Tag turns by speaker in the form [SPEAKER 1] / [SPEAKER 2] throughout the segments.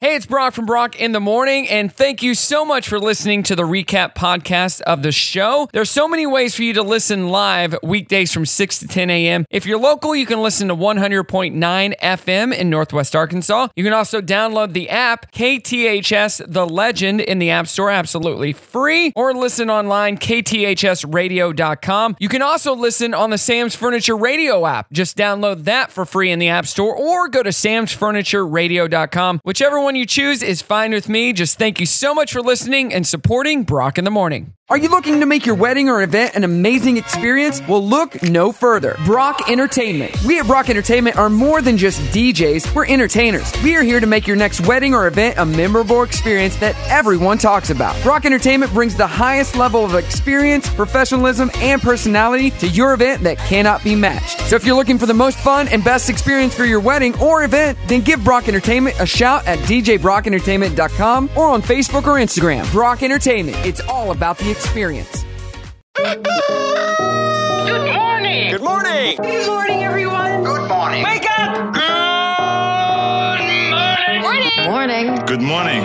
[SPEAKER 1] Hey, it's Brock from Brock in the Morning, and thank you so much for listening to the recap podcast of the show. There's so many ways for you to listen live weekdays from 6 to 10 a.m. If you're local, you can listen to 100.9 FM in Northwest Arkansas. You can also download the app KTHS The Legend in the App Store absolutely free, or listen online kthsradio.com. You can also listen on the Sam's Furniture Radio app. Just download that for free in the App Store, or go to samsfurnitureradio.com. Whichever one you choose is fine with me. Just thank you so much for listening and supporting Brock in the Morning.
[SPEAKER 2] Are you looking to make your wedding or event an amazing experience? Well, look no further. Brock Entertainment. We at Brock Entertainment are more than just DJs, we're entertainers. We are here to make your next wedding or event a memorable experience that everyone talks about. Brock Entertainment brings the highest level of experience, professionalism, and personality to your event that cannot be matched. So if you're looking for the most fun and best experience for your wedding or event, then give Brock Entertainment a shout at djbrockentertainment.com or on Facebook or Instagram. Brock Entertainment. It's all about the experience.
[SPEAKER 3] Good morning. Good morning. Good morning, everyone. Good morning. Wake up. Good morning. Morning.
[SPEAKER 4] Good morning.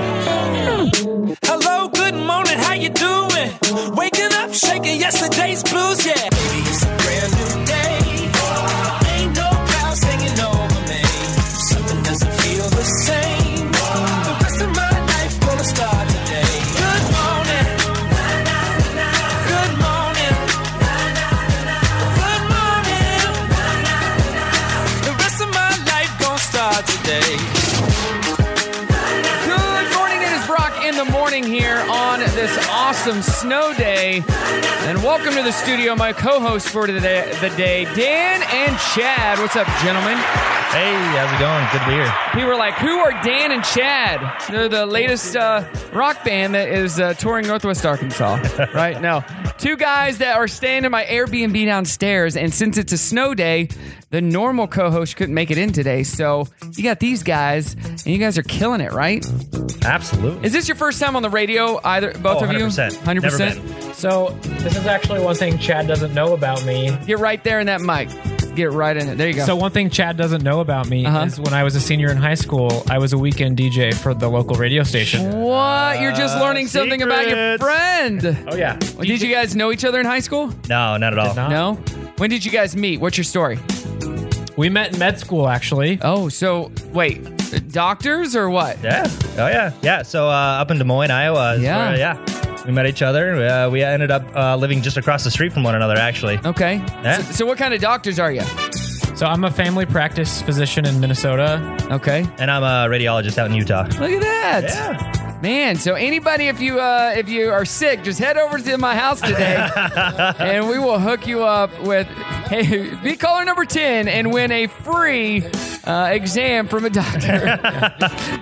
[SPEAKER 5] Hello, good morning, how you doing? Waking up, shaking yesterday's blues, yeah. Baby, it's a brand new day. Ain't no clouds hanging over me. Something doesn't feel the same. The rest of my life gonna start today. Good morning. Good morning. Good morning. The rest of my life gonna start today.
[SPEAKER 1] Good morning. It is Brock in the morning here on this awesome snow day. And welcome to the studio, my co hosts for today, the day, Dan and Chad. What's up, gentlemen?
[SPEAKER 6] Hey, how's it going? Good to be here.
[SPEAKER 1] People were like, who are Dan and Chad? They're the latest uh, rock band that is uh, touring Northwest Arkansas right now. Two guys that are staying in my Airbnb downstairs. And since it's a snow day, the normal co host couldn't make it in today. So you got these guys, and you guys are killing it, right?
[SPEAKER 6] Absolutely.
[SPEAKER 1] Is this your first time on the radio, either both
[SPEAKER 6] Oh,
[SPEAKER 1] of you?
[SPEAKER 6] 100%. Never been.
[SPEAKER 7] So this is actually one thing Chad doesn't know about me.
[SPEAKER 1] Get right there in that mic. Get right in it. There you go.
[SPEAKER 7] So one thing Chad doesn't know about me
[SPEAKER 1] Uh-huh.
[SPEAKER 7] is when I was a senior in high school, I was a weekend DJ for the local radio station.
[SPEAKER 1] what? You're just learning something about your
[SPEAKER 6] uh, secrets.
[SPEAKER 1] friend.
[SPEAKER 7] Oh yeah.
[SPEAKER 1] Well, did you guys know each other in high school?
[SPEAKER 6] No, not at all.
[SPEAKER 7] not.
[SPEAKER 1] No. When did you guys meet? What's your story?
[SPEAKER 7] We met in med school actually.
[SPEAKER 1] Oh, so wait, doctors or what?
[SPEAKER 6] Yeah. Oh yeah. Yeah. So uh, up in Des Moines, Iowa. is
[SPEAKER 1] Yeah.
[SPEAKER 6] where- yeah. We met each other. Uh, we ended up uh, living just across the street from one another, actually.
[SPEAKER 1] Okay.
[SPEAKER 6] Yeah.
[SPEAKER 1] So, so what kind of doctors are you?
[SPEAKER 7] So I'm a family practice physician in Minnesota.
[SPEAKER 1] Okay.
[SPEAKER 6] And I'm a radiologist out in Utah.
[SPEAKER 1] Look at that.
[SPEAKER 6] Yeah.
[SPEAKER 1] Man, so anybody if you uh, if you are sick, just head over to my house today, and we will hook you up with hey, be caller number ten and win a free uh, exam from a doctor.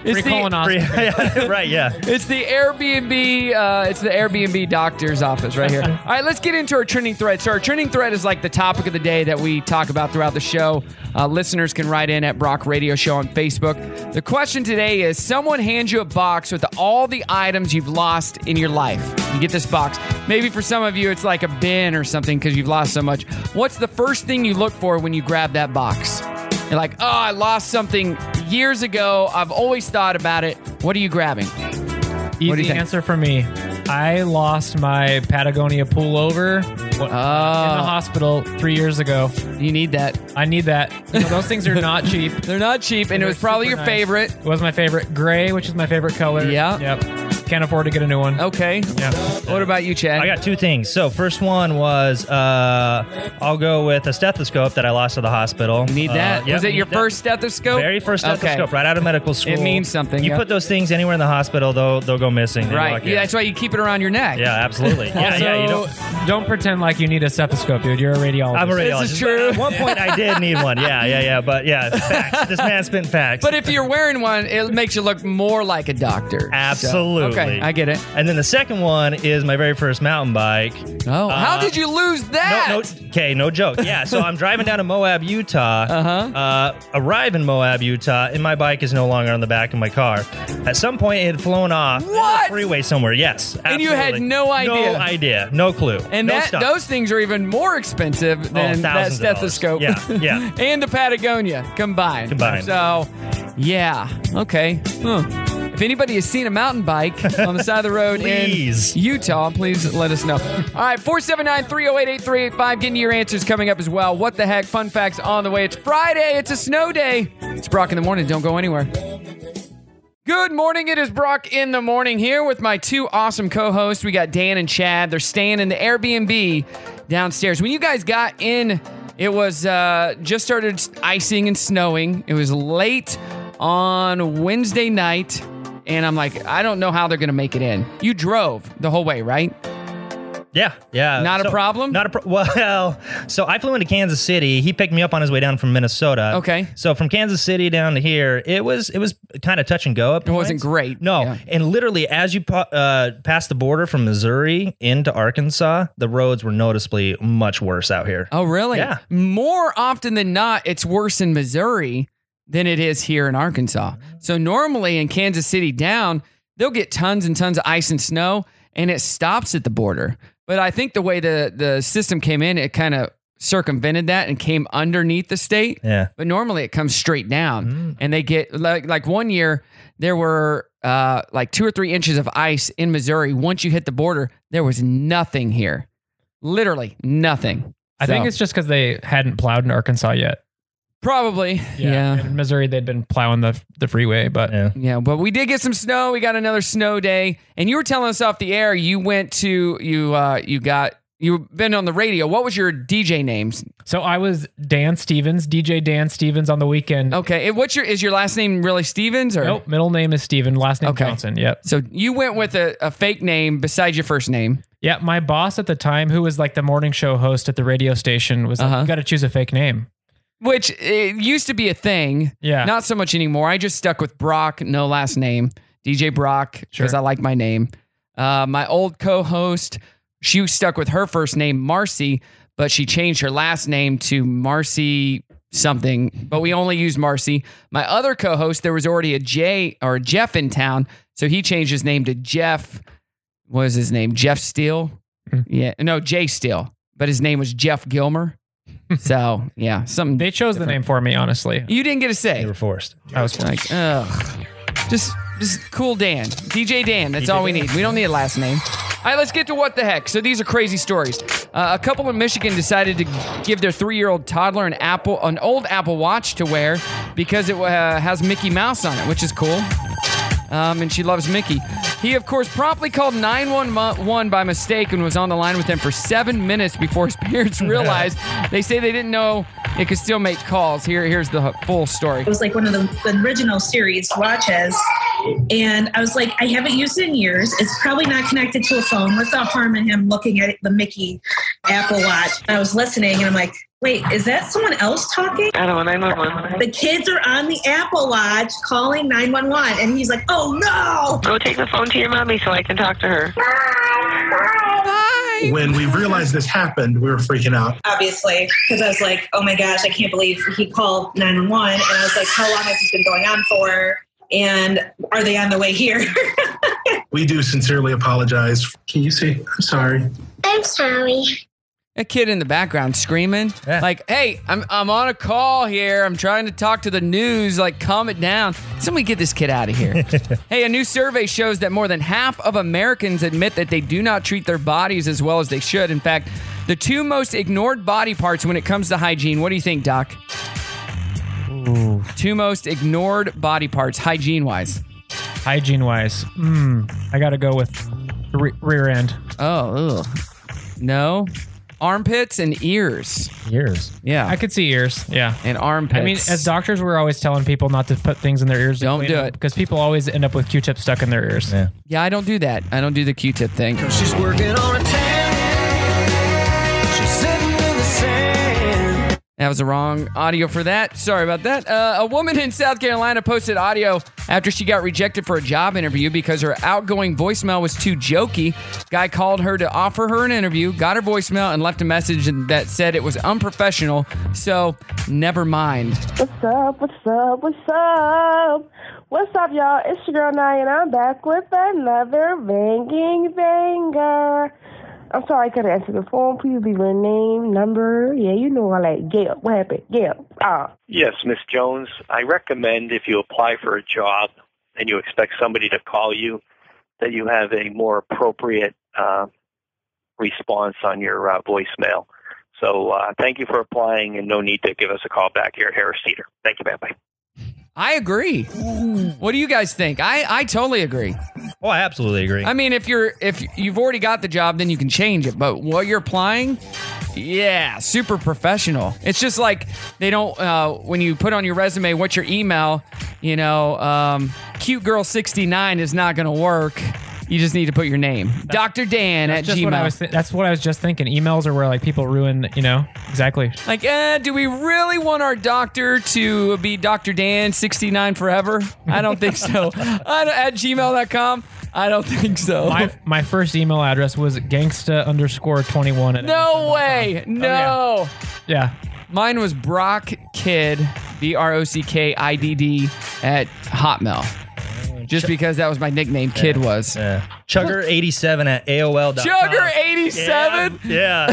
[SPEAKER 1] it's,
[SPEAKER 7] Free
[SPEAKER 1] the,
[SPEAKER 7] colonoscopy.
[SPEAKER 6] Yeah, right. Yeah.
[SPEAKER 1] it's the Airbnb uh, it's the Airbnb doctor's office right here. All right, let's get into our trending thread. So our trending thread is like the topic of the day that we talk about throughout the show. Uh, listeners can write in at Brock Radio Show on Facebook. The question today is: Someone hands you a box with all the items you've lost in your life. You get this box. Maybe for some of you, it's like a bin or something because you've lost so much. What's the first thing you look for when you grab that box? You're like, oh, I lost something years ago. I've always thought about it. What are you grabbing? do you
[SPEAKER 7] Easy
[SPEAKER 1] think?
[SPEAKER 7] answer for me. I lost my Patagonia pullover wh- in the hospital three years ago.
[SPEAKER 1] You need that.
[SPEAKER 7] I need that. You know, those things are not cheap.
[SPEAKER 1] They're not cheap, and it was probably your
[SPEAKER 7] Super nice.
[SPEAKER 1] favorite.
[SPEAKER 7] It was my favorite. Gray, which is my favorite color.
[SPEAKER 1] Yeah. Oh.
[SPEAKER 7] Yep. Can't afford to get a new one.
[SPEAKER 1] Okay.
[SPEAKER 7] Yeah.
[SPEAKER 1] What about you, Chad?
[SPEAKER 6] I got two things. So first one was uh, I'll go with a stethoscope that I lost at the hospital.
[SPEAKER 1] Need
[SPEAKER 6] Uh,
[SPEAKER 1] that?
[SPEAKER 6] yep,
[SPEAKER 1] was it
[SPEAKER 6] need
[SPEAKER 1] your
[SPEAKER 6] that.
[SPEAKER 1] first stethoscope?
[SPEAKER 6] Very first
[SPEAKER 1] Okay.
[SPEAKER 6] stethoscope, right out of medical school.
[SPEAKER 1] means something,
[SPEAKER 6] You
[SPEAKER 1] yeah.
[SPEAKER 6] put those things anywhere in the hospital, they'll they'll go missing. They
[SPEAKER 1] Right.
[SPEAKER 6] lock
[SPEAKER 1] Yeah,
[SPEAKER 6] it.
[SPEAKER 1] that's why you keep it around your neck.
[SPEAKER 6] Yeah, absolutely. Yeah,
[SPEAKER 7] Also,
[SPEAKER 6] yeah. You don't.
[SPEAKER 7] don't, pretend like you need a stethoscope, dude. You're a radiologist.
[SPEAKER 6] I'm a radiologist.
[SPEAKER 1] This is true.
[SPEAKER 6] At one point, I did need one. Yeah, yeah, yeah. But yeah, facts. this man spent facts.
[SPEAKER 1] But if you're wearing one, it makes you look more like a doctor. So-
[SPEAKER 6] Absolutely.
[SPEAKER 1] okay, I get it.
[SPEAKER 6] and then the second one is my very first mountain bike.
[SPEAKER 1] Oh, how
[SPEAKER 6] Uh,
[SPEAKER 1] did you lose that?
[SPEAKER 6] No, no, okay, no joke. Yeah, so I'm driving down to Moab, Utah. Uh-huh. Uh, arrive in Moab, Utah, and my bike is no longer on the back of my car. At some point, it had flown off in the
[SPEAKER 1] What?
[SPEAKER 6] freeway somewhere. Yes,
[SPEAKER 1] And you had
[SPEAKER 6] absolutely.
[SPEAKER 1] no idea.
[SPEAKER 6] no idea, no clue,
[SPEAKER 1] and
[SPEAKER 6] no
[SPEAKER 1] that
[SPEAKER 6] stop.
[SPEAKER 1] those things are even more expensive than that
[SPEAKER 6] thousands of dollars.
[SPEAKER 1] stethoscope.
[SPEAKER 6] Yeah, yeah.
[SPEAKER 1] and the Patagonia combined.
[SPEAKER 6] Combined.
[SPEAKER 1] So, yeah. Okay. Huh. If anybody has seen a mountain bike on the side of the road in
[SPEAKER 6] Please.
[SPEAKER 1] Utah, please let us know. All right, 479 308 8385. Getting your answers coming up as well. What the heck? Fun facts on the way. It's Friday. It's a snow day. It's Brock in the morning. Don't go anywhere. Good morning. It is Brock in the morning here with my two awesome co hosts. We got Dan and Chad. They're staying in the Airbnb downstairs. When you guys got in, it was uh, just started icing and snowing. It was late on Wednesday night. And I'm like, I don't know how they're going to make it in. You drove the whole way, right?
[SPEAKER 6] Yeah, yeah.
[SPEAKER 1] Not a
[SPEAKER 6] So-
[SPEAKER 1] problem?
[SPEAKER 6] Not a pro- well. So I flew into Kansas City. He picked me up on his way down from Minnesota.
[SPEAKER 1] Okay.
[SPEAKER 6] So from Kansas City down to here, it was it was kind of touch and go. Up. It
[SPEAKER 1] wasn't great,
[SPEAKER 6] No.
[SPEAKER 1] yeah.
[SPEAKER 6] And literally, as you pa- uh, passed the border from Missouri into Arkansas, the roads were noticeably much worse out here.
[SPEAKER 1] Oh, really?
[SPEAKER 6] Yeah.
[SPEAKER 1] More often than not, it's worse in Missouri than it is here in Arkansas. So normally in Kansas City down, they'll get tons and tons of ice and snow, and it stops at the border. But I think the way the the system came in, it kind of circumvented that and came underneath the state.
[SPEAKER 6] Yeah.
[SPEAKER 1] But normally it comes straight down,
[SPEAKER 7] Mm.
[SPEAKER 1] and they get like like one year there were uh, like two or three inches of ice in Missouri. Once you hit the border, there was nothing here, literally nothing.
[SPEAKER 7] I think
[SPEAKER 1] So-
[SPEAKER 7] it's just because they hadn't plowed in Arkansas yet.
[SPEAKER 1] Probably. Yeah. yeah.
[SPEAKER 7] In Missouri, they'd been plowing the the freeway, but
[SPEAKER 6] Yeah.
[SPEAKER 1] but we did get some snow. We got another snow day, and you were telling us off the air you went to you uh you got you've been on the radio. What was your DJ names?
[SPEAKER 7] so I was Dan Stevens, DJ Dan Stevens on the weekend.
[SPEAKER 1] Okay, and what's your is your last name really Stevens or
[SPEAKER 7] Nope. Middle name is Steven. Last name
[SPEAKER 1] Okay.
[SPEAKER 7] Johnson. Yep.
[SPEAKER 1] So you went with a, a fake name besides your first name.
[SPEAKER 7] Yeah. My boss at the time, who was like the morning show host at the radio station, was like,
[SPEAKER 1] Uh-huh.
[SPEAKER 7] you got to choose a fake name.
[SPEAKER 1] Which it used to be a thing.
[SPEAKER 7] Yeah.
[SPEAKER 1] Not so much anymore. I just stuck with Brock, no last name. DJ Brock, because
[SPEAKER 7] Sure.
[SPEAKER 1] I like my name. Uh, my old co host, she stuck with her first name, Marcy, but she changed her last name to Marcy something, but we only use Marcy. My other co host, there was already a J or a Jeff in town, so he changed his name to Jeff. What was his name? Jeff Steele?
[SPEAKER 7] Hmm.
[SPEAKER 1] Yeah. No, Jay Steele, but his name was Jeff Gilmer. so, yeah, something.
[SPEAKER 7] They chose the name for me, honestly.
[SPEAKER 1] you didn't get a say.
[SPEAKER 6] They were forced.
[SPEAKER 7] I was
[SPEAKER 1] Like, uh, ugh. Just, just cool Dan. DJ Dan. That's
[SPEAKER 6] DJ
[SPEAKER 1] all we
[SPEAKER 6] Dan.
[SPEAKER 1] need. We don't need a last name. All right, let's get to what the heck. So these are crazy stories. Uh, a couple in Michigan decided to give their three-year-old toddler an Apple, an old Apple Watch to wear because it uh, has Mickey Mouse on it, which is cool. Um, and she loves Mickey. He, of course, promptly called 911 by mistake and was on the line with them for seven minutes before his parents realized. they say they didn't know it could still make calls. Here, here's the full story.
[SPEAKER 4] It was like one of the, the original series watches. And I was like, I haven't used it in years. It's probably not connected to a phone. What's the harm in him looking at the Mickey Apple Watch? I was listening and I'm like, wait, is that someone else talking?
[SPEAKER 8] I don't know, 911.
[SPEAKER 4] The kids are on the Apple Watch calling 911. And he's like, oh no.
[SPEAKER 8] Go take the phone to your mommy so I can talk to her.
[SPEAKER 9] When we realized this happened, we were freaking out.
[SPEAKER 4] Obviously, because I was like, oh my gosh, I can't believe he called 911. And I was like, how long has this been going on for? And are they on the way here?
[SPEAKER 9] We do sincerely apologize. Can you say, I'm sorry?
[SPEAKER 10] I'm sorry.
[SPEAKER 1] a kid in the background screaming
[SPEAKER 6] Yeah.
[SPEAKER 1] like hey I'm, I'm on a call here i'm trying to talk to the news like calm it down somebody get this kid out of here hey a new survey shows that more than half of americans admit that they do not treat their bodies as well as they should in fact the two most ignored body parts when it comes to hygiene what do you think doc two most ignored body parts hygiene wise
[SPEAKER 7] hygiene wise. Mm, I got to go with the re- rear end.
[SPEAKER 1] oh ugh. no armpits and ears
[SPEAKER 6] Years.
[SPEAKER 1] yeah
[SPEAKER 7] I could see ears. Yeah.
[SPEAKER 1] and armpits
[SPEAKER 7] I mean, as doctors, we're always telling people not to put things in their ears.
[SPEAKER 1] Don't do it.
[SPEAKER 7] because people always end up with Q-tips stuck in their ears.
[SPEAKER 6] Yeah.
[SPEAKER 1] Yeah, I don't do that. I don't do the Q-tip thing.
[SPEAKER 5] She's working on a tan. She's sitting in the sand.
[SPEAKER 1] That was the wrong audio for that. Sorry about that. Uh, a woman in South Carolina posted audio after she got rejected for a job interview because her outgoing voicemail was too jokey. Guy called her to offer her an interview, got her voicemail, and left a message that said it was unprofessional. So, never mind.
[SPEAKER 11] What's up? What's up? What's up? What's up, y'all? It's your girl Nye, and I'm back with another banging banger. I'm sorry I couldn't answer the phone. Please leave your name, number. Yeah, you know I like Gail. What happened? Gail. Ah,
[SPEAKER 12] Yes, Miss Jones, I recommend if you apply for a job
[SPEAKER 10] and you expect somebody to call you, that you have a more appropriate uh, response on your uh, voicemail. So uh, thank you for applying, and no need to give us a call back here at Harris Theater. Thank you, bye bye.
[SPEAKER 1] I agree. What do you guys think? I, I totally agree.
[SPEAKER 6] Oh, I absolutely agree.
[SPEAKER 1] I mean, if you're if you've already got the job, then you can change it. But while you're applying, yeah, super professional. It's just like they don't uh, when you put on your resume what's your email. You know, um, cute girl sixty nine is not going to work. You just need to put your name, Doctor Dan
[SPEAKER 7] That's
[SPEAKER 1] at
[SPEAKER 7] just
[SPEAKER 1] Gmail.
[SPEAKER 7] what I was. Th- that's what I was just thinking. Emails are where like people ruin. You know exactly.
[SPEAKER 1] like, eh, do we really want our doctor to be Dr. Dan 69 forever? I don't think so. I don't, at gmail.com? I don't think so.
[SPEAKER 7] My my first email address was gangsta underscore twenty one. at-
[SPEAKER 1] no
[SPEAKER 7] Oh,
[SPEAKER 1] way. No.
[SPEAKER 7] Yeah.
[SPEAKER 1] Mine was Brock Kid, B R O C K I D D, at Hotmail. Just because that was my nickname, Kid was.
[SPEAKER 6] Chugger87 at AOL.
[SPEAKER 1] Chugger87?
[SPEAKER 6] Yeah.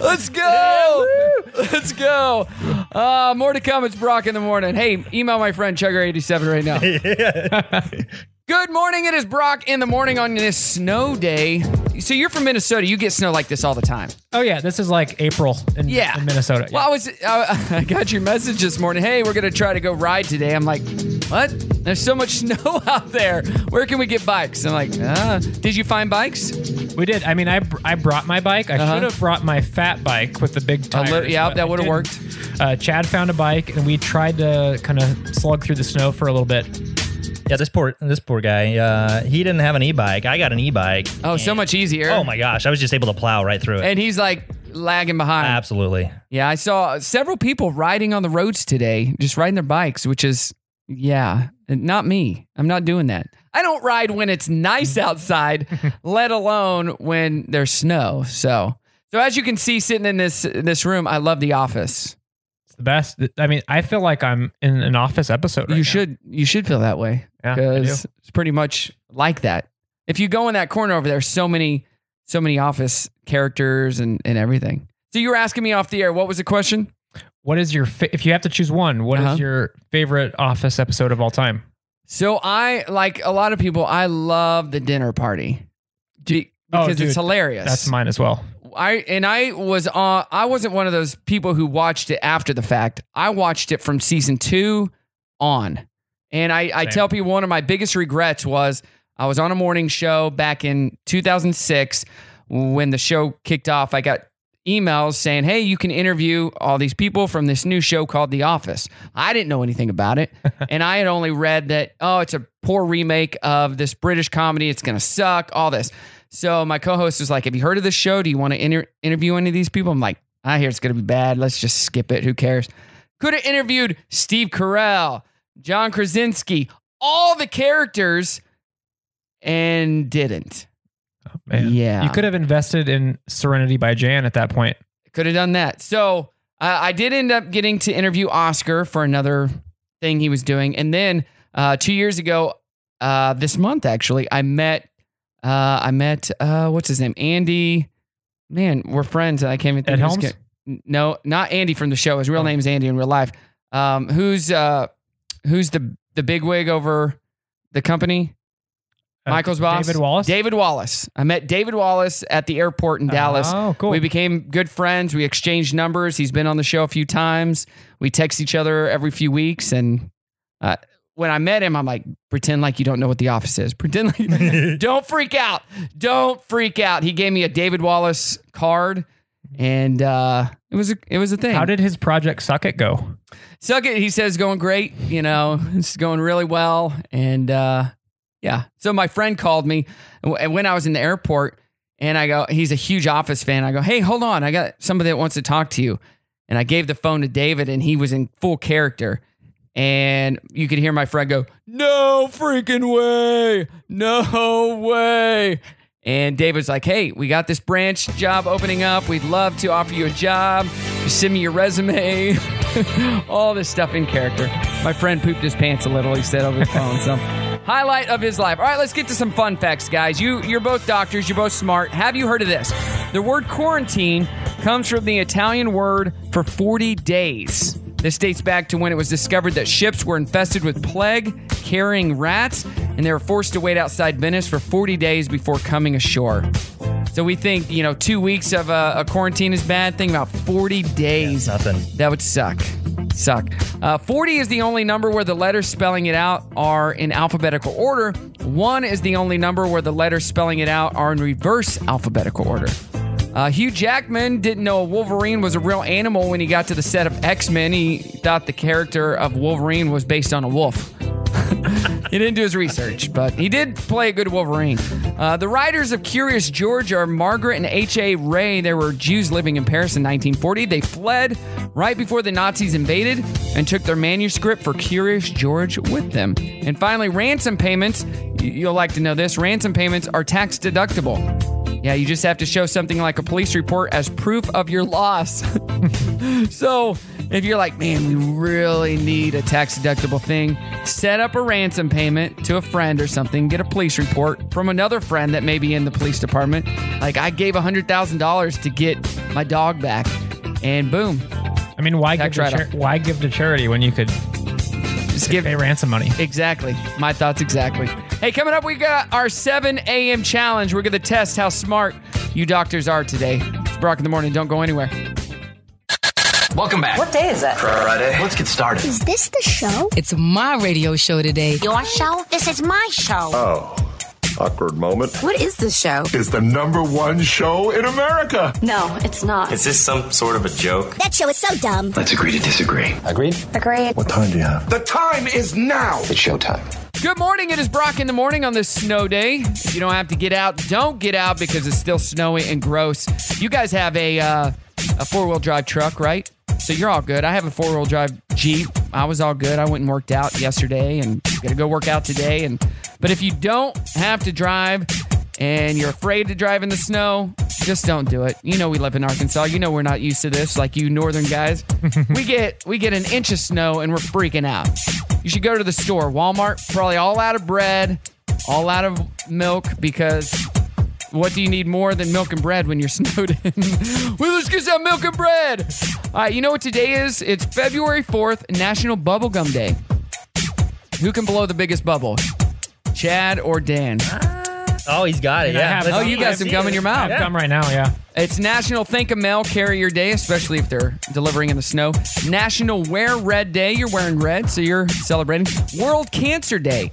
[SPEAKER 1] Let's go. Let's go. Uh, more to come. It's Brock in the morning. Hey, email my friend Chugger87 right now. Good morning. It is Brock in the morning on this snow day. So you're from Minnesota. You get snow like this all the time.
[SPEAKER 7] Oh yeah, this is like April in,
[SPEAKER 1] Yeah.
[SPEAKER 7] in Minnesota.
[SPEAKER 1] Well, I was I, I got your message this morning. Hey, we're gonna try to go ride today. I'm like, what? There's so much snow out there. Where can we get bikes? I'm like, ah. Did you find bikes?
[SPEAKER 7] We did. I mean, I, br- I brought my bike. I
[SPEAKER 1] Uh-huh.
[SPEAKER 7] should have brought my fat bike with the big
[SPEAKER 1] A
[SPEAKER 7] tires.
[SPEAKER 1] li- yeah,
[SPEAKER 7] but
[SPEAKER 1] that
[SPEAKER 7] I
[SPEAKER 1] would've
[SPEAKER 7] didn't.
[SPEAKER 1] worked.
[SPEAKER 7] Uh, Chad found a bike, and we tried to kind of slug through the snow for a little bit.
[SPEAKER 6] Yeah, this poor this poor guy. Uh, he didn't have an e-bike. I got an e-bike.
[SPEAKER 1] Oh, so much easier.
[SPEAKER 6] Oh my gosh, I was just able to plow right through it.
[SPEAKER 1] And he's like lagging behind.
[SPEAKER 6] Absolutely.
[SPEAKER 1] Yeah, I saw several people riding on the roads today, just riding their bikes, which is, yeah, not me. I'm not doing that. I don't ride when it's nice
[SPEAKER 7] Mm.
[SPEAKER 1] outside, let alone when there's snow. So, so as you can see, sitting in this this room, I love the office.
[SPEAKER 7] It's the best. I mean, I feel like I'm in an office episode. Right
[SPEAKER 1] you
[SPEAKER 7] now.
[SPEAKER 1] should you should feel that way
[SPEAKER 7] Yeah, I
[SPEAKER 1] because
[SPEAKER 7] do.
[SPEAKER 1] it's pretty much like that. If you go in that corner over there, so many so many office characters and and everything. So you were asking me off the air. What was the question?
[SPEAKER 7] What is your fa- if you have to choose one? What is
[SPEAKER 1] Uh-huh.
[SPEAKER 7] your favorite office episode of all time?
[SPEAKER 1] So I like a lot of people. I love the dinner party Be-
[SPEAKER 7] Oh,
[SPEAKER 1] because
[SPEAKER 7] dude,
[SPEAKER 1] it's hilarious.
[SPEAKER 7] That's mine as well.
[SPEAKER 1] I and I was on. I wasn't one of those people who watched it after the fact. I watched it from season two on, and I, I
[SPEAKER 7] Same.
[SPEAKER 1] tell people one of my biggest regrets was I was on a morning show back in 2006 when the show kicked off. I got emails saying, "Hey, you can interview all these people from this new show called The Office." I didn't know anything about it, and I had only read that, "Oh, it's a poor remake of this British comedy. It's going to suck." All this. So my co-host was like, "Have you heard of this show? Do you want to inter- interview any of these people?" I'm like, "I hear it's going to be bad. Let's just skip it. Who cares?" Could have interviewed Steve Carell, John Krasinski, all the characters, and didn't.
[SPEAKER 7] Man.
[SPEAKER 1] Yeah.
[SPEAKER 7] You could have invested in Serenity by Jan at that point.
[SPEAKER 1] Could have done that. So uh, I did end up getting to interview Oscar for another thing he was doing. And then uh, two years ago, uh, this month actually, I met, uh, I met, uh, what's his name? Andy. Man, we're friends. and I can't even think
[SPEAKER 7] Ed
[SPEAKER 1] of his
[SPEAKER 7] Helms? Oh.
[SPEAKER 1] kid. No, not Andy from the show. His real name's Andy in real life. Um, who's uh, who's the the big wig over the company?
[SPEAKER 7] Uh,
[SPEAKER 1] Michael's boss,
[SPEAKER 7] David Wallace?
[SPEAKER 1] David Wallace. I met David Wallace at the airport in Dallas.
[SPEAKER 7] Oh, cool.
[SPEAKER 1] We became good friends. We exchanged numbers. He's been on the show a few times. We text each other every few weeks. And uh, when I met him, I'm like, pretend like you don't know what the office is. Pretend like, don't freak out. Don't freak out. He gave me a David Wallace card, and uh, it was a, it was a thing.
[SPEAKER 7] How did his project Suck It go?
[SPEAKER 1] Suck it. He says going great. You know, it's going really well. And uh, yeah, so my friend called me w- and when I was in the airport, and I go, he's a huge Office fan. I go, hey, hold on, I got somebody that wants to talk to you. And I gave the phone to David, and he was in full character. And you could hear my friend go, no freaking way, no way. And David's like, hey, we got this branch job opening up. We'd love to offer you a job. Send me your resume. All this stuff in character. My friend pooped his pants a little, he said over the phone. So, highlight of his life. All right, let's get to some fun facts, guys. You, you're both doctors, you're both smart. Have you heard of this? The word quarantine comes from the Italian word for 40 days. This dates back to when it was discovered that ships were infested with plague carrying rats, and they were forced to wait outside Venice for 40 days before coming ashore. So we think, you know, two weeks of uh, a quarantine is bad. Think about 40 days.
[SPEAKER 6] nothing.
[SPEAKER 1] That would suck. Suck. Uh, 40 is the only number where the letters spelling it out are in alphabetical order. One is the only number where the letters spelling it out are in reverse alphabetical order. Uh, Hugh Jackman didn't know a Wolverine was a real animal when he got to the set of X Men. He thought the character of Wolverine was based on a wolf he didn't do his research, but he did play a good Wolverine. Uh, the writers of Curious George are Margaret and H.A. Ray. There were Jews living in Paris in 1940. They fled right before the Nazis invaded and took their manuscript for Curious George with them. And finally, ransom payments. y- You'll like to know this ransom payments are tax deductible. Yeah, you just have to show something like a police report as proof of your loss. so if you're like, man, we really need a tax deductible thing, set up a ransom payment to a friend or something, get a police report from another friend that may be in the police department. Like, I gave $100,000 to get my dog back, and boom.
[SPEAKER 7] I mean, why
[SPEAKER 1] Tax
[SPEAKER 7] give to
[SPEAKER 1] write-off.
[SPEAKER 7] char- why give to charity when you could
[SPEAKER 1] just give
[SPEAKER 7] pay ransom money?
[SPEAKER 1] Exactly. My thoughts exactly. Hey, coming up, we got our 7 a.m. challenge. We're going to test how smart you doctors are today. It's Brock in the morning. Don't go anywhere.
[SPEAKER 12] Welcome back. What day is it? Friday. Let's get started.
[SPEAKER 13] Is this the show? It's my radio show today. Your show? This is my show.
[SPEAKER 14] Oh, awkward moment.
[SPEAKER 13] What is this show?
[SPEAKER 14] It's the number one show in America.
[SPEAKER 13] No, it's not.
[SPEAKER 14] Is this some sort of a joke?
[SPEAKER 13] That show is so dumb.
[SPEAKER 14] Let's agree to disagree. Agreed?
[SPEAKER 13] Agreed.
[SPEAKER 14] What time do you have? The time is now. It's showtime.
[SPEAKER 1] Good morning. It is Brock in the morning on this snow day. If you don't have to get out, don't get out because it's still snowy and gross. You guys have a uh, a four wheel drive truck, right? So you're all good. I have a four wheel drive Jeep. I was all good. I went and worked out yesterday, and gonna go work out today. And but if you don't have to drive and you're afraid to drive in the snow, just don't do it. You know we live in Arkansas. You know we're not used to this, like you northern guys. we get we get an inch of snow and we're freaking out. You should go to the store. Walmart, probably all out of bread, all out of milk, because what do you need more than milk and bread when you're snowed in? well, let's get some milk and bread. All right, you know what today is? It's February 4th, National Bubblegum Day. Who can blow the biggest bubble? Chad or Dan?
[SPEAKER 6] Oh, he's got it.
[SPEAKER 1] And I
[SPEAKER 6] Yeah.
[SPEAKER 1] have Oh, some- you got some gum in your mouth.
[SPEAKER 7] I have
[SPEAKER 1] Yeah.
[SPEAKER 7] gum right now. Yeah.
[SPEAKER 1] It's National Think a Mail Carrier Day, especially if they're delivering in the snow. National Wear Red Day. You're wearing red, so you're celebrating. World Cancer Day.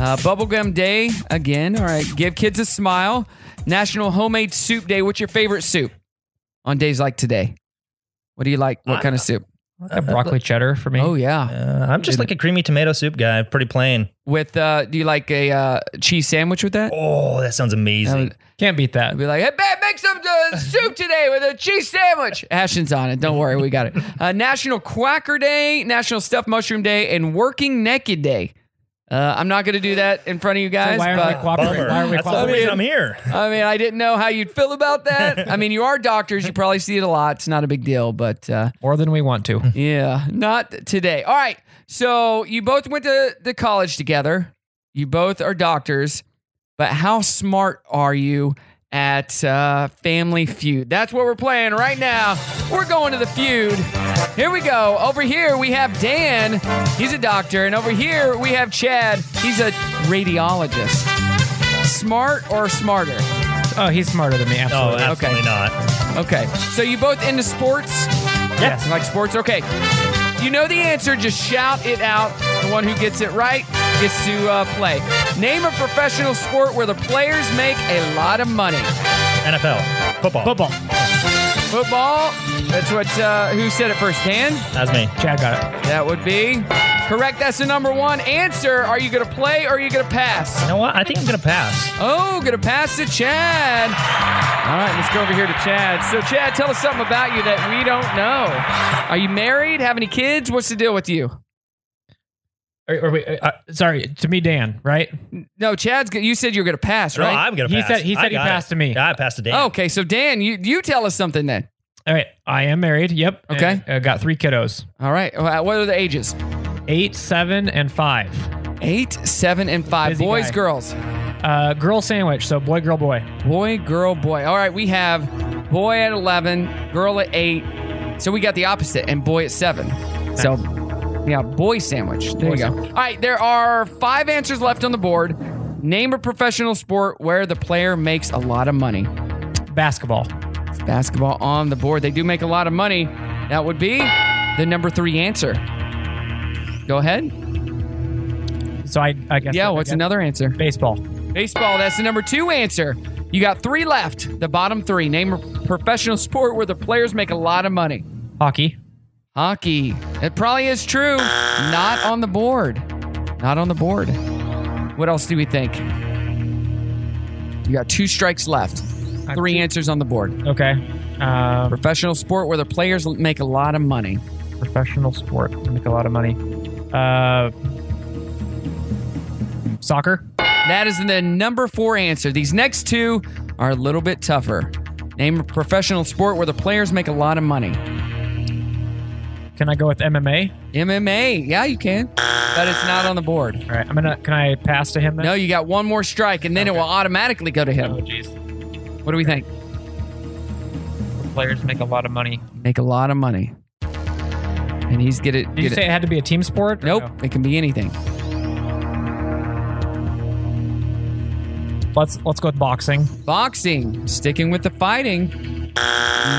[SPEAKER 1] Uh, Bubblegum Day again. All right. Give kids a smile. National Homemade Soup Day. What's your favorite soup on days like today? What do you like? What kind of soup?
[SPEAKER 7] A broccoli cheddar for me.
[SPEAKER 1] Oh, yeah.
[SPEAKER 6] Uh, I'm just like a creamy tomato soup guy, pretty plain.
[SPEAKER 1] With, uh, do you like a uh, cheese sandwich with that?
[SPEAKER 6] Oh, that sounds amazing.
[SPEAKER 7] Can't beat that.
[SPEAKER 1] Be like, hey, babe, make some uh, soup today with a cheese sandwich. Ashton's on it. Don't worry, we got it. Uh, National Quacker Day, National Stuffed Mushroom Day, and Working Naked Day. Uh, I'm not going to do that in front of you guys.
[SPEAKER 7] why aren't
[SPEAKER 1] but
[SPEAKER 7] we cooperating? Bummer. Why are we That's the cooperating? reason I'm here.
[SPEAKER 1] I mean, I didn't know how you'd feel about that. I mean, you are doctors. You probably see it a lot. It's not a big deal, but uh,
[SPEAKER 7] More than we want to.
[SPEAKER 1] yeah, not today. All right. So you both went to the college together. You both are doctors, but how smart are you at uh, Family Feud? That's what we're playing right now. We're going to the feud. Here we go. Over here we have Dan. He's a doctor, and over here we have Chad. He's a radiologist. Smart or smarter?
[SPEAKER 7] Oh, he's smarter than me. Absolutely.
[SPEAKER 1] Oh, absolutely
[SPEAKER 6] okay. not.
[SPEAKER 1] Okay. So you both into sports?
[SPEAKER 6] Yes.
[SPEAKER 1] You Like sports? Okay. You know the answer. Just shout it out. The one who gets it right gets to uh, play. Name a professional sport where the players make a lot of money.
[SPEAKER 6] NFL. Football.
[SPEAKER 7] Football.
[SPEAKER 1] Football. That's what. Uh, who said it first? Dan.
[SPEAKER 6] That's me.
[SPEAKER 7] Chad got it.
[SPEAKER 1] That would be correct. That's the number one answer. Are you going to play or are you going to pass? You
[SPEAKER 6] know what? I think I'm going to pass.
[SPEAKER 1] Oh, going to pass to Chad. All right, let's go over here to Chad. So, Chad, tell us something about you that we don't know. Are you married? Have any kids? What's the deal with you?
[SPEAKER 7] Are, are we, uh, sorry, to me, Dan. Right?
[SPEAKER 1] No, Chad's. g- You said you were going to pass,
[SPEAKER 7] No,
[SPEAKER 1] right?
[SPEAKER 7] I'm gonna He pass. said- he I said he got it. passed to me.
[SPEAKER 6] I passed to Dan.
[SPEAKER 1] Okay, so Dan, you you tell us something then.
[SPEAKER 7] All right. I am married. Yep.
[SPEAKER 1] Okay.
[SPEAKER 7] And, uh, got three kiddos.
[SPEAKER 1] All right. Uh, What are the ages?
[SPEAKER 7] Eight, seven, and five.
[SPEAKER 1] Eight, seven, and five.
[SPEAKER 7] Busy
[SPEAKER 1] Boys,
[SPEAKER 7] guy.
[SPEAKER 1] girls.
[SPEAKER 7] Uh, girl sandwich. So boy, girl, boy.
[SPEAKER 1] Boy, girl, boy. All right, we have boy at 11, girl at 8. So we got the opposite, and boy at 7. So, yeah, boy sandwich. There
[SPEAKER 2] Boy
[SPEAKER 1] you go.
[SPEAKER 2] sandwich.
[SPEAKER 1] All right, there are five answers left on the board. Name a professional sport where the player makes a lot of money. Basketball. It's basketball on the board. They do make a lot of money. That would be the number three answer. Go ahead. So I, I guess. Yeah. What's another answer? Baseball. Baseball. That's the number two answer. You got three left. The bottom three. Name a professional sport where the players make a lot of money. Hockey. Hockey. It probably is true. Not on the board. Not on the board. What else do we think? You got two strikes left. Three answers on the board. Okay.
[SPEAKER 7] Um,
[SPEAKER 1] professional sport where the players make a lot of money.
[SPEAKER 7] Professional sport. Make a lot of money. Uh,
[SPEAKER 1] Soccer. That is the number four answer. These next two are a little bit tougher. Name a professional sport where the players make a lot of money.
[SPEAKER 7] can I go with MMA?
[SPEAKER 1] MMA. Yeah, you can. But it's not on the board. All right. I'm gonna. Can I pass to him? Then? No, you got one more strike, and then it will automatically go to him.
[SPEAKER 7] Oh,
[SPEAKER 1] What do we think?
[SPEAKER 7] Players make a lot of money.
[SPEAKER 1] Make a lot of money. And he's get it.
[SPEAKER 7] Did you
[SPEAKER 1] get
[SPEAKER 7] say it had to be a team sport?
[SPEAKER 1] Nope. It can be anything.
[SPEAKER 7] Let's let's go with boxing.
[SPEAKER 1] Boxing. Sticking with the fighting.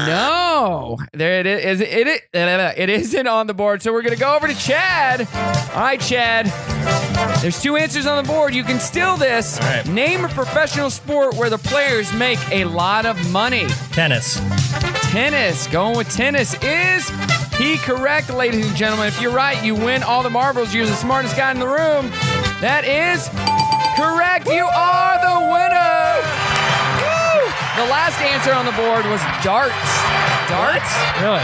[SPEAKER 1] No, there it is. It, it, it isn't on the board. So we're going to go over to Chad. All right, Chad. There's two answers on the board. You can steal this. Name a professional sport where the players make a lot of money. Tennis. Tennis. Going with tennis. Is he correct, ladies and gentlemen? If you're right, you win all the marbles. You're the smartest guy in the room. That is correct. You are the winner. Woo! The last answer on the board was darts. Darts? Really?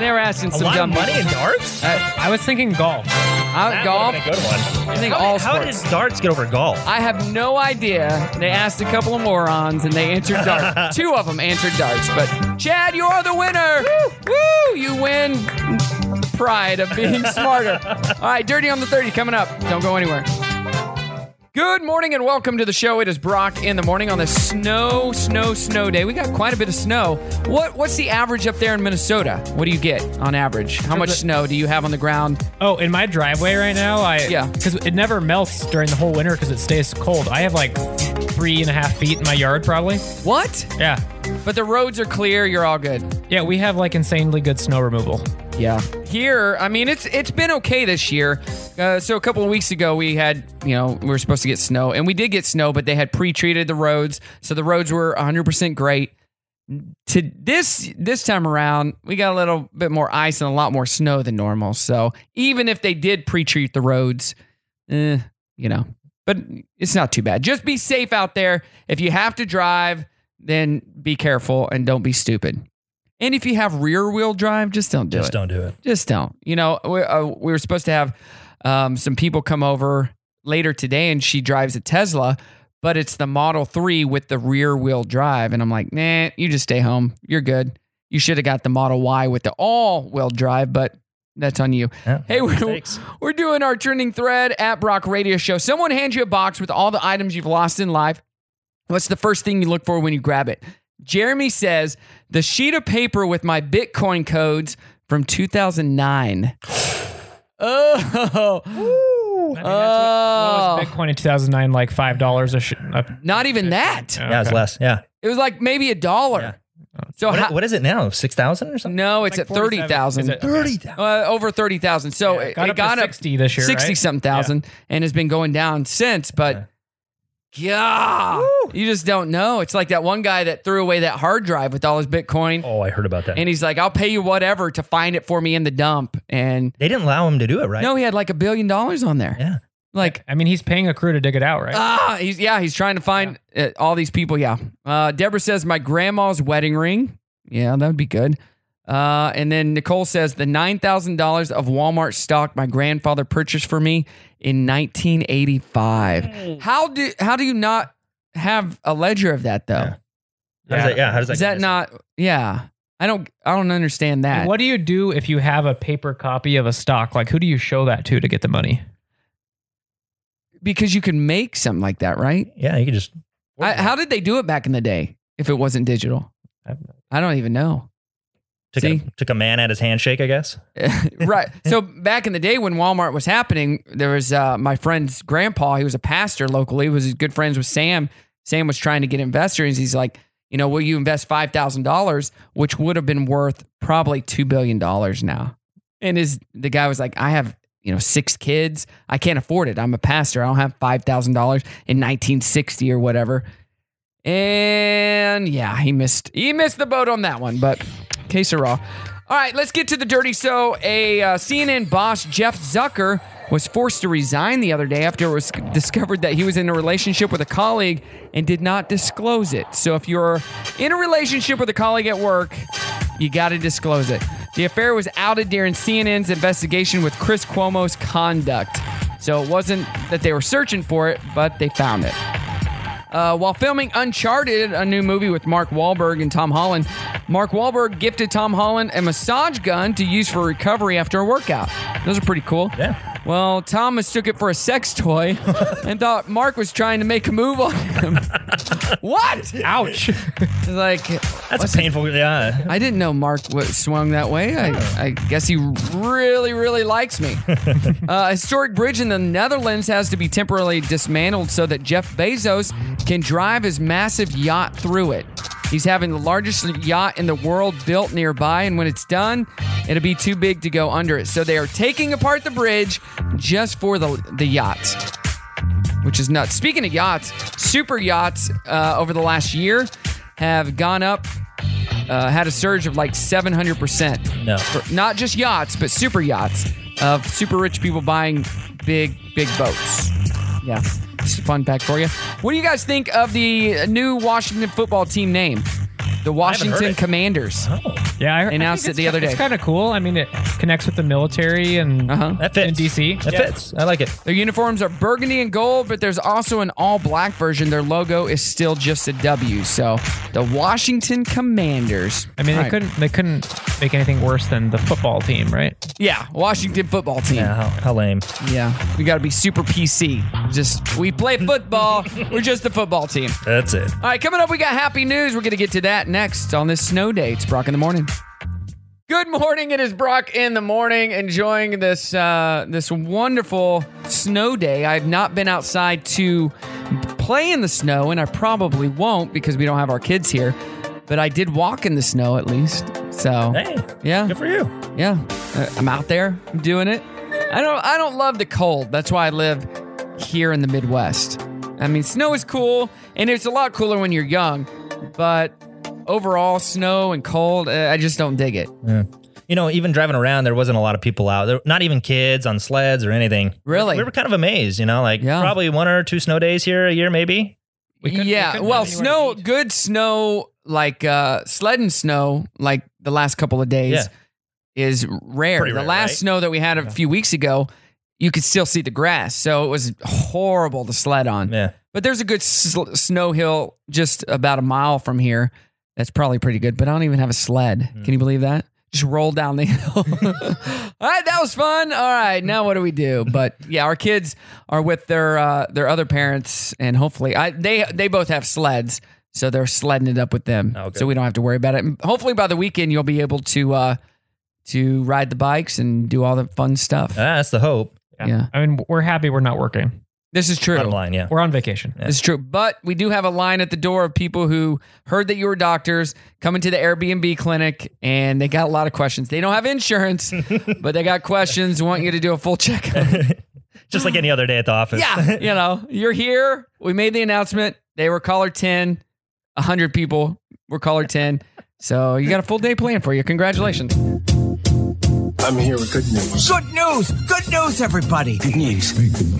[SPEAKER 1] They were asking
[SPEAKER 6] A
[SPEAKER 1] some
[SPEAKER 6] lot of
[SPEAKER 1] dumb
[SPEAKER 6] money
[SPEAKER 1] people.
[SPEAKER 6] in darts?
[SPEAKER 1] I was thinking golf. I,
[SPEAKER 6] That
[SPEAKER 1] golf.
[SPEAKER 6] would've been a good one.
[SPEAKER 1] I think
[SPEAKER 6] How did-
[SPEAKER 1] all
[SPEAKER 6] how did
[SPEAKER 1] sports. darts get over golf? I have no idea. They asked a couple of morons and they answered darts. Two of them answered darts, but Chad, you are the winner. Woo! Woo! You win pride of being smarter. All right, Dirty on the 30 coming up. Don't go anywhere. Good morning and welcome to the show. It is Brock in the morning on this snow, snow, snow day. We got quite a bit of snow. What what's the average up there in Minnesota? What do you get on average? How much snow do you have on the ground?
[SPEAKER 7] Oh, in my driveway right now, I
[SPEAKER 1] Yeah.
[SPEAKER 7] because it never melts during the whole winter because it stays cold. I have like three and a half feet in my yard probably.
[SPEAKER 1] What?
[SPEAKER 7] Yeah,
[SPEAKER 1] but the roads are clear. You're all good.
[SPEAKER 7] Yeah, we have like insanely good snow removal.
[SPEAKER 1] Yeah. Here, I mean, it's it's been okay this year. Uh, so a couple of weeks ago, we had you know we were supposed to get snow, and we did get snow, but they had pre-treated the roads, so the roads were 100 percent great. To this this time around, we got a little bit more ice and a lot more snow than normal. So even if they did pre-treat the roads, eh, you know, but it's not too bad. Just be safe out there. If you have to drive, then be careful and don't be stupid. And if you have rear wheel drive, just don't do
[SPEAKER 6] Just
[SPEAKER 1] it.
[SPEAKER 6] don't do it.
[SPEAKER 1] Just don't. You know, we, uh, we were supposed to have um, some people come over later today, and she drives a Tesla, but it's the Model 3 with the rear wheel drive. And I'm like, nah, you just stay home. You're good. You should have got the Model Y with the all wheel drive, but that's on you. hey, we're, we're doing our trending thread at Brock Radio Show. Someone hands you a box with all the items you've lost in life. What's the first thing you look for when you grab it? Jeremy says the sheet of paper with my Bitcoin codes from 2009. Oh,
[SPEAKER 7] What was Bitcoin in 2009 like five dollars a, sh- a
[SPEAKER 1] not even that.
[SPEAKER 7] Yeah,
[SPEAKER 6] Yeah, it's less. Yeah.
[SPEAKER 1] It was like maybe a dollar. So
[SPEAKER 6] What-
[SPEAKER 1] Oh, how-
[SPEAKER 6] what is it now? Six thousand or something?
[SPEAKER 1] No, it's at thirty thousand. Uh, over thirty thousand. So Oh, it
[SPEAKER 6] got
[SPEAKER 1] it
[SPEAKER 6] up to
[SPEAKER 1] got up
[SPEAKER 6] 60 this year, right?
[SPEAKER 1] sixty something thousand, and has been going down since. But yeah, you just don't know. It's like that one guy that threw away that hard drive with all his Bitcoin.
[SPEAKER 6] Oh, I heard about that.
[SPEAKER 1] And he's like, "I'll pay you whatever to find it for me in the dump." And
[SPEAKER 6] they didn't allow him to do it, right?
[SPEAKER 1] No, he had like a billion dollars on there.
[SPEAKER 6] Yeah.
[SPEAKER 1] Like,
[SPEAKER 7] I mean, he's paying a crew to dig it out, right?
[SPEAKER 1] Ah, he's yeah, he's trying to find uh, all these people. Yeah. Uh, Deborah says my grandma's wedding ring. Yeah, that would be good. Uh, and then Nicole says the nine thousand dollars of Walmart stock my grandfather purchased for me in 1985. How do how do you not have a ledger of that though?
[SPEAKER 6] How does that- yeah, how does that
[SPEAKER 1] Is
[SPEAKER 6] get
[SPEAKER 1] that
[SPEAKER 6] missing?
[SPEAKER 1] not? Yeah, I don't I don't understand that.
[SPEAKER 7] What do you do if you have a paper copy of a stock? Like, who do you show that to to get the money?
[SPEAKER 1] because you can make something like that, right?
[SPEAKER 6] Yeah, you could just.
[SPEAKER 1] I, how did they do it back in the day if it wasn't digital? I don't even know.
[SPEAKER 6] Took, a, took a man at his handshake, I guess.
[SPEAKER 1] right. So back in the day when Walmart was happening, there was uh, my friend's grandpa. He was a pastor locally. He was good friends with Sam. Sam was trying to get investors. He's like, you know, will you invest five thousand dollars, which would have been worth probably two billion dollars now? And his the guy was like, I have you know six kids. I can't afford it. I'm a pastor. I don't have five thousand dollars in 1960 or whatever. And yeah, he missed he missed the boat on that one, but que sera. All right, let's get to the dirty. So, a uh, CNN boss, Jeff Zucker, was forced to resign the other day after it was discovered that he was in a relationship with a colleague and did not disclose it. So, if you're in a relationship with a colleague at work, you got to disclose it. The affair was outed during CNN's investigation with Chris Cuomo's conduct. So, it wasn't that they were searching for it, but they found it. Uh, while filming Uncharted, a new movie with Mark Wahlberg and Tom Holland, Mark Wahlberg gifted Tom Holland a massage gun to use for recovery after a workout. Those are pretty cool. Yeah. Well, Tom mistook it for a sex toy and thought Mark was trying to make a move on him. what? Ouch. It's like that's
[SPEAKER 6] painful. Yeah.
[SPEAKER 1] I didn't know Mark wa swung that way. I, I guess he really, really likes me. uh, a historic bridge in the Netherlands has to be temporarily dismantled so that Jeff Bezos can drive his massive yacht through it. He's having the largest yacht in the world built nearby, and when it's done, it'll be too big to go under it. So they are taking apart the bridge just for the the yachts which is nuts. Speaking of yachts, super yachts uh, over the last year have gone up, uh, had a surge of like 700%.
[SPEAKER 6] No.
[SPEAKER 1] For not just yachts, but super yachts of super rich people buying big, big boats. Yeah. It's a fun fact for you. What do you guys think of the new Washington football team name? The Washington
[SPEAKER 7] it.
[SPEAKER 1] Commanders.
[SPEAKER 7] Yeah, I heard,
[SPEAKER 1] Announced it the other day. Uh-huh.
[SPEAKER 7] It's kind of cool. I mean, it connects with the military and
[SPEAKER 1] That
[SPEAKER 7] fits. in DC.
[SPEAKER 1] That fits.
[SPEAKER 6] I like it.
[SPEAKER 1] Their uniforms are burgundy and gold, but there's also an all black version. Their logo is still just a W. So the Washington Commanders.
[SPEAKER 7] I
[SPEAKER 1] All
[SPEAKER 7] mean, they
[SPEAKER 1] right.
[SPEAKER 7] couldn't they couldn't make anything worse than the football team, right?
[SPEAKER 1] Yeah, Washington football team. Yeah,
[SPEAKER 6] how, lame.
[SPEAKER 1] Yeah, we got to be super PC. Just we play football. We're just the football team.
[SPEAKER 6] That's it.
[SPEAKER 1] All right, coming up, we got happy news. We're going to get to that next on this snow day. It's Brock in the morning. Good morning. It is Brock in the morning, enjoying this uh, this wonderful snow day. I've not been outside to play in the snow, and I probably won't because we don't have our kids here. But I did walk in the snow at least. So
[SPEAKER 6] Hey,
[SPEAKER 1] yeah,
[SPEAKER 6] good for you.
[SPEAKER 1] Yeah, Uh, I'm out there. I'm doing it. I don't. I don't love the cold. That's why I live here in the Midwest. I mean, snow is cool, and it's a lot cooler when you're young. But overall, snow and cold, uh, I just don't dig it.
[SPEAKER 6] Yeah. You know, even driving around, there wasn't a lot of people out. There, not even kids on sleds or anything.
[SPEAKER 1] Really?
[SPEAKER 6] we were kind of amazed. You know, like probably one or two snow days here a year, maybe.
[SPEAKER 1] yeah. Well, snow, good snow, like uh, sledding snow, like the last couple of days, is rare.
[SPEAKER 6] Pretty
[SPEAKER 1] the
[SPEAKER 6] rare,
[SPEAKER 1] last
[SPEAKER 6] right?
[SPEAKER 1] snow that we had a few weeks ago, you could still see the grass, so it was horrible to sled on.
[SPEAKER 6] Yeah.
[SPEAKER 1] But there's a good sl- snow hill just about a mile from here. That's probably pretty good. But I don't even have a sled. Can you believe that? Just roll down the hill. All right, that was fun. All right, now what do we do? But yeah, our kids are with their uh, their other parents, and hopefully, I they they both have sleds, so they're sledding it up with them. So we don't have to worry about it. And hopefully, by the weekend, you'll be able to uh, to ride the bikes and do all the fun stuff.
[SPEAKER 6] that's the hope.
[SPEAKER 7] Yeah. I mean, we're happy we're not working.
[SPEAKER 1] This is true.
[SPEAKER 6] Online, yeah.
[SPEAKER 7] We're on vacation.
[SPEAKER 1] It's true. But we do have a line at the door of people who heard that you were doctors coming to the Airbnb clinic and they got a lot of questions. They don't have insurance, but they got questions, want you to do a full checkup.
[SPEAKER 6] Just like any other day at the office.
[SPEAKER 1] yeah. You know, you're here. We made the announcement. They were caller 10. 100 people were caller 10. So you got a full day planned for you. Congratulations.
[SPEAKER 14] I'm here with good news. Good news! Good news, everybody! Good news.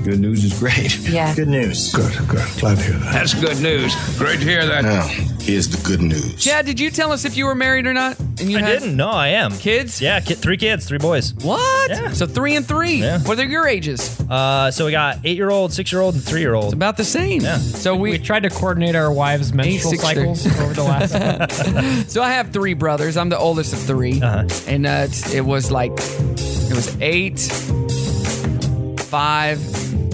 [SPEAKER 14] Good news is great.
[SPEAKER 13] Yeah.
[SPEAKER 14] Good news. Good, good. Glad to hear that. That's good news. Great to hear that. Now, here's the good news.
[SPEAKER 1] Chad, did you tell us if you were married or not? And you
[SPEAKER 6] I
[SPEAKER 1] had-
[SPEAKER 6] didn't. No, I am.
[SPEAKER 1] Kids?
[SPEAKER 6] Yeah, ki- three kids, three boys.
[SPEAKER 1] What? So three and three. What are your ages?
[SPEAKER 6] Uh, so we got eight year old, six year old, and three year old.
[SPEAKER 1] About the same.
[SPEAKER 6] Yeah.
[SPEAKER 1] So we,
[SPEAKER 7] tried to coordinate our wives' menstrual
[SPEAKER 1] six,
[SPEAKER 7] cycles over the last.
[SPEAKER 1] so I have three brothers. I'm the oldest of 3 and uh, it's, it was like it was eight, five,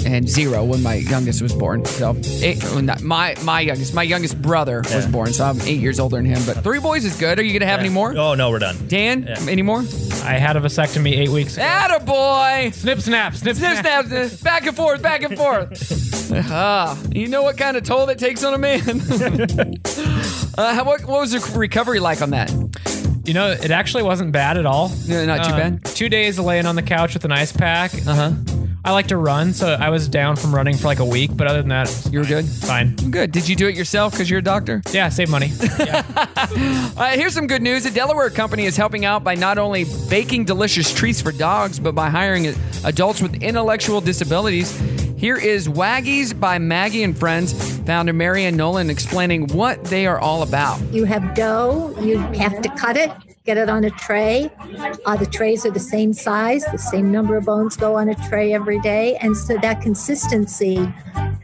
[SPEAKER 1] and zero when my youngest was born. So it, well, not my my youngest, my youngest brother was born. So I'm eight years older than him. But three boys is good. Are you gonna have any more?
[SPEAKER 6] Oh no, we're done.
[SPEAKER 1] Dan, any more?
[SPEAKER 7] I had a vasectomy eight weeks ago.
[SPEAKER 1] Atta boy!
[SPEAKER 7] Snip, snap, snip,
[SPEAKER 1] snip, snap, snip. back and forth, back and forth. Ah, you know what kind of toll that takes on a man. uh, how- what, what was the recovery like on that?
[SPEAKER 7] You know, it actually wasn't bad at all. Um,
[SPEAKER 1] Yeah, not too bad. Uh-huh.
[SPEAKER 7] Two days of laying on the couch with an ice pack. Uh huh. I like to run, so I was down from running for like a week. But other than that,
[SPEAKER 1] you were good.
[SPEAKER 7] Fine.
[SPEAKER 1] Good. Did you do it yourself? Because you're a doctor.
[SPEAKER 7] Yeah, save money. Uh,
[SPEAKER 1] All right, here's some good news. A Delaware company is helping out by not only baking delicious treats for dogs, but by hiring adults with intellectual disabilities. Here is Waggies by Maggie and Friends, founder Marianne Nolan, explaining what they are all about.
[SPEAKER 15] You have dough, you have to cut it, get it on a tray. Uh, the trays are the same size, the same number of bones go on a tray every day. And so that consistency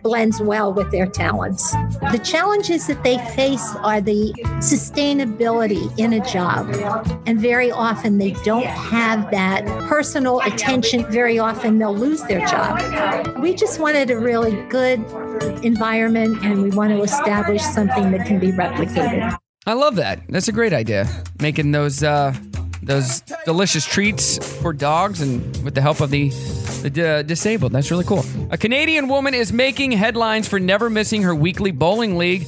[SPEAKER 15] blends well with their talents. The challenges that they face are the sustainability in a job. And very often they don't have that personal attention. Very often they'll lose their job. We just wanted a really good environment and we want to establish something that can be replicated.
[SPEAKER 1] I love that. That's a great idea. Making those uh, those delicious treats for dogs and with the help of the, the di- disabled. That's really cool. A Canadian woman is making headlines for never missing her weekly bowling league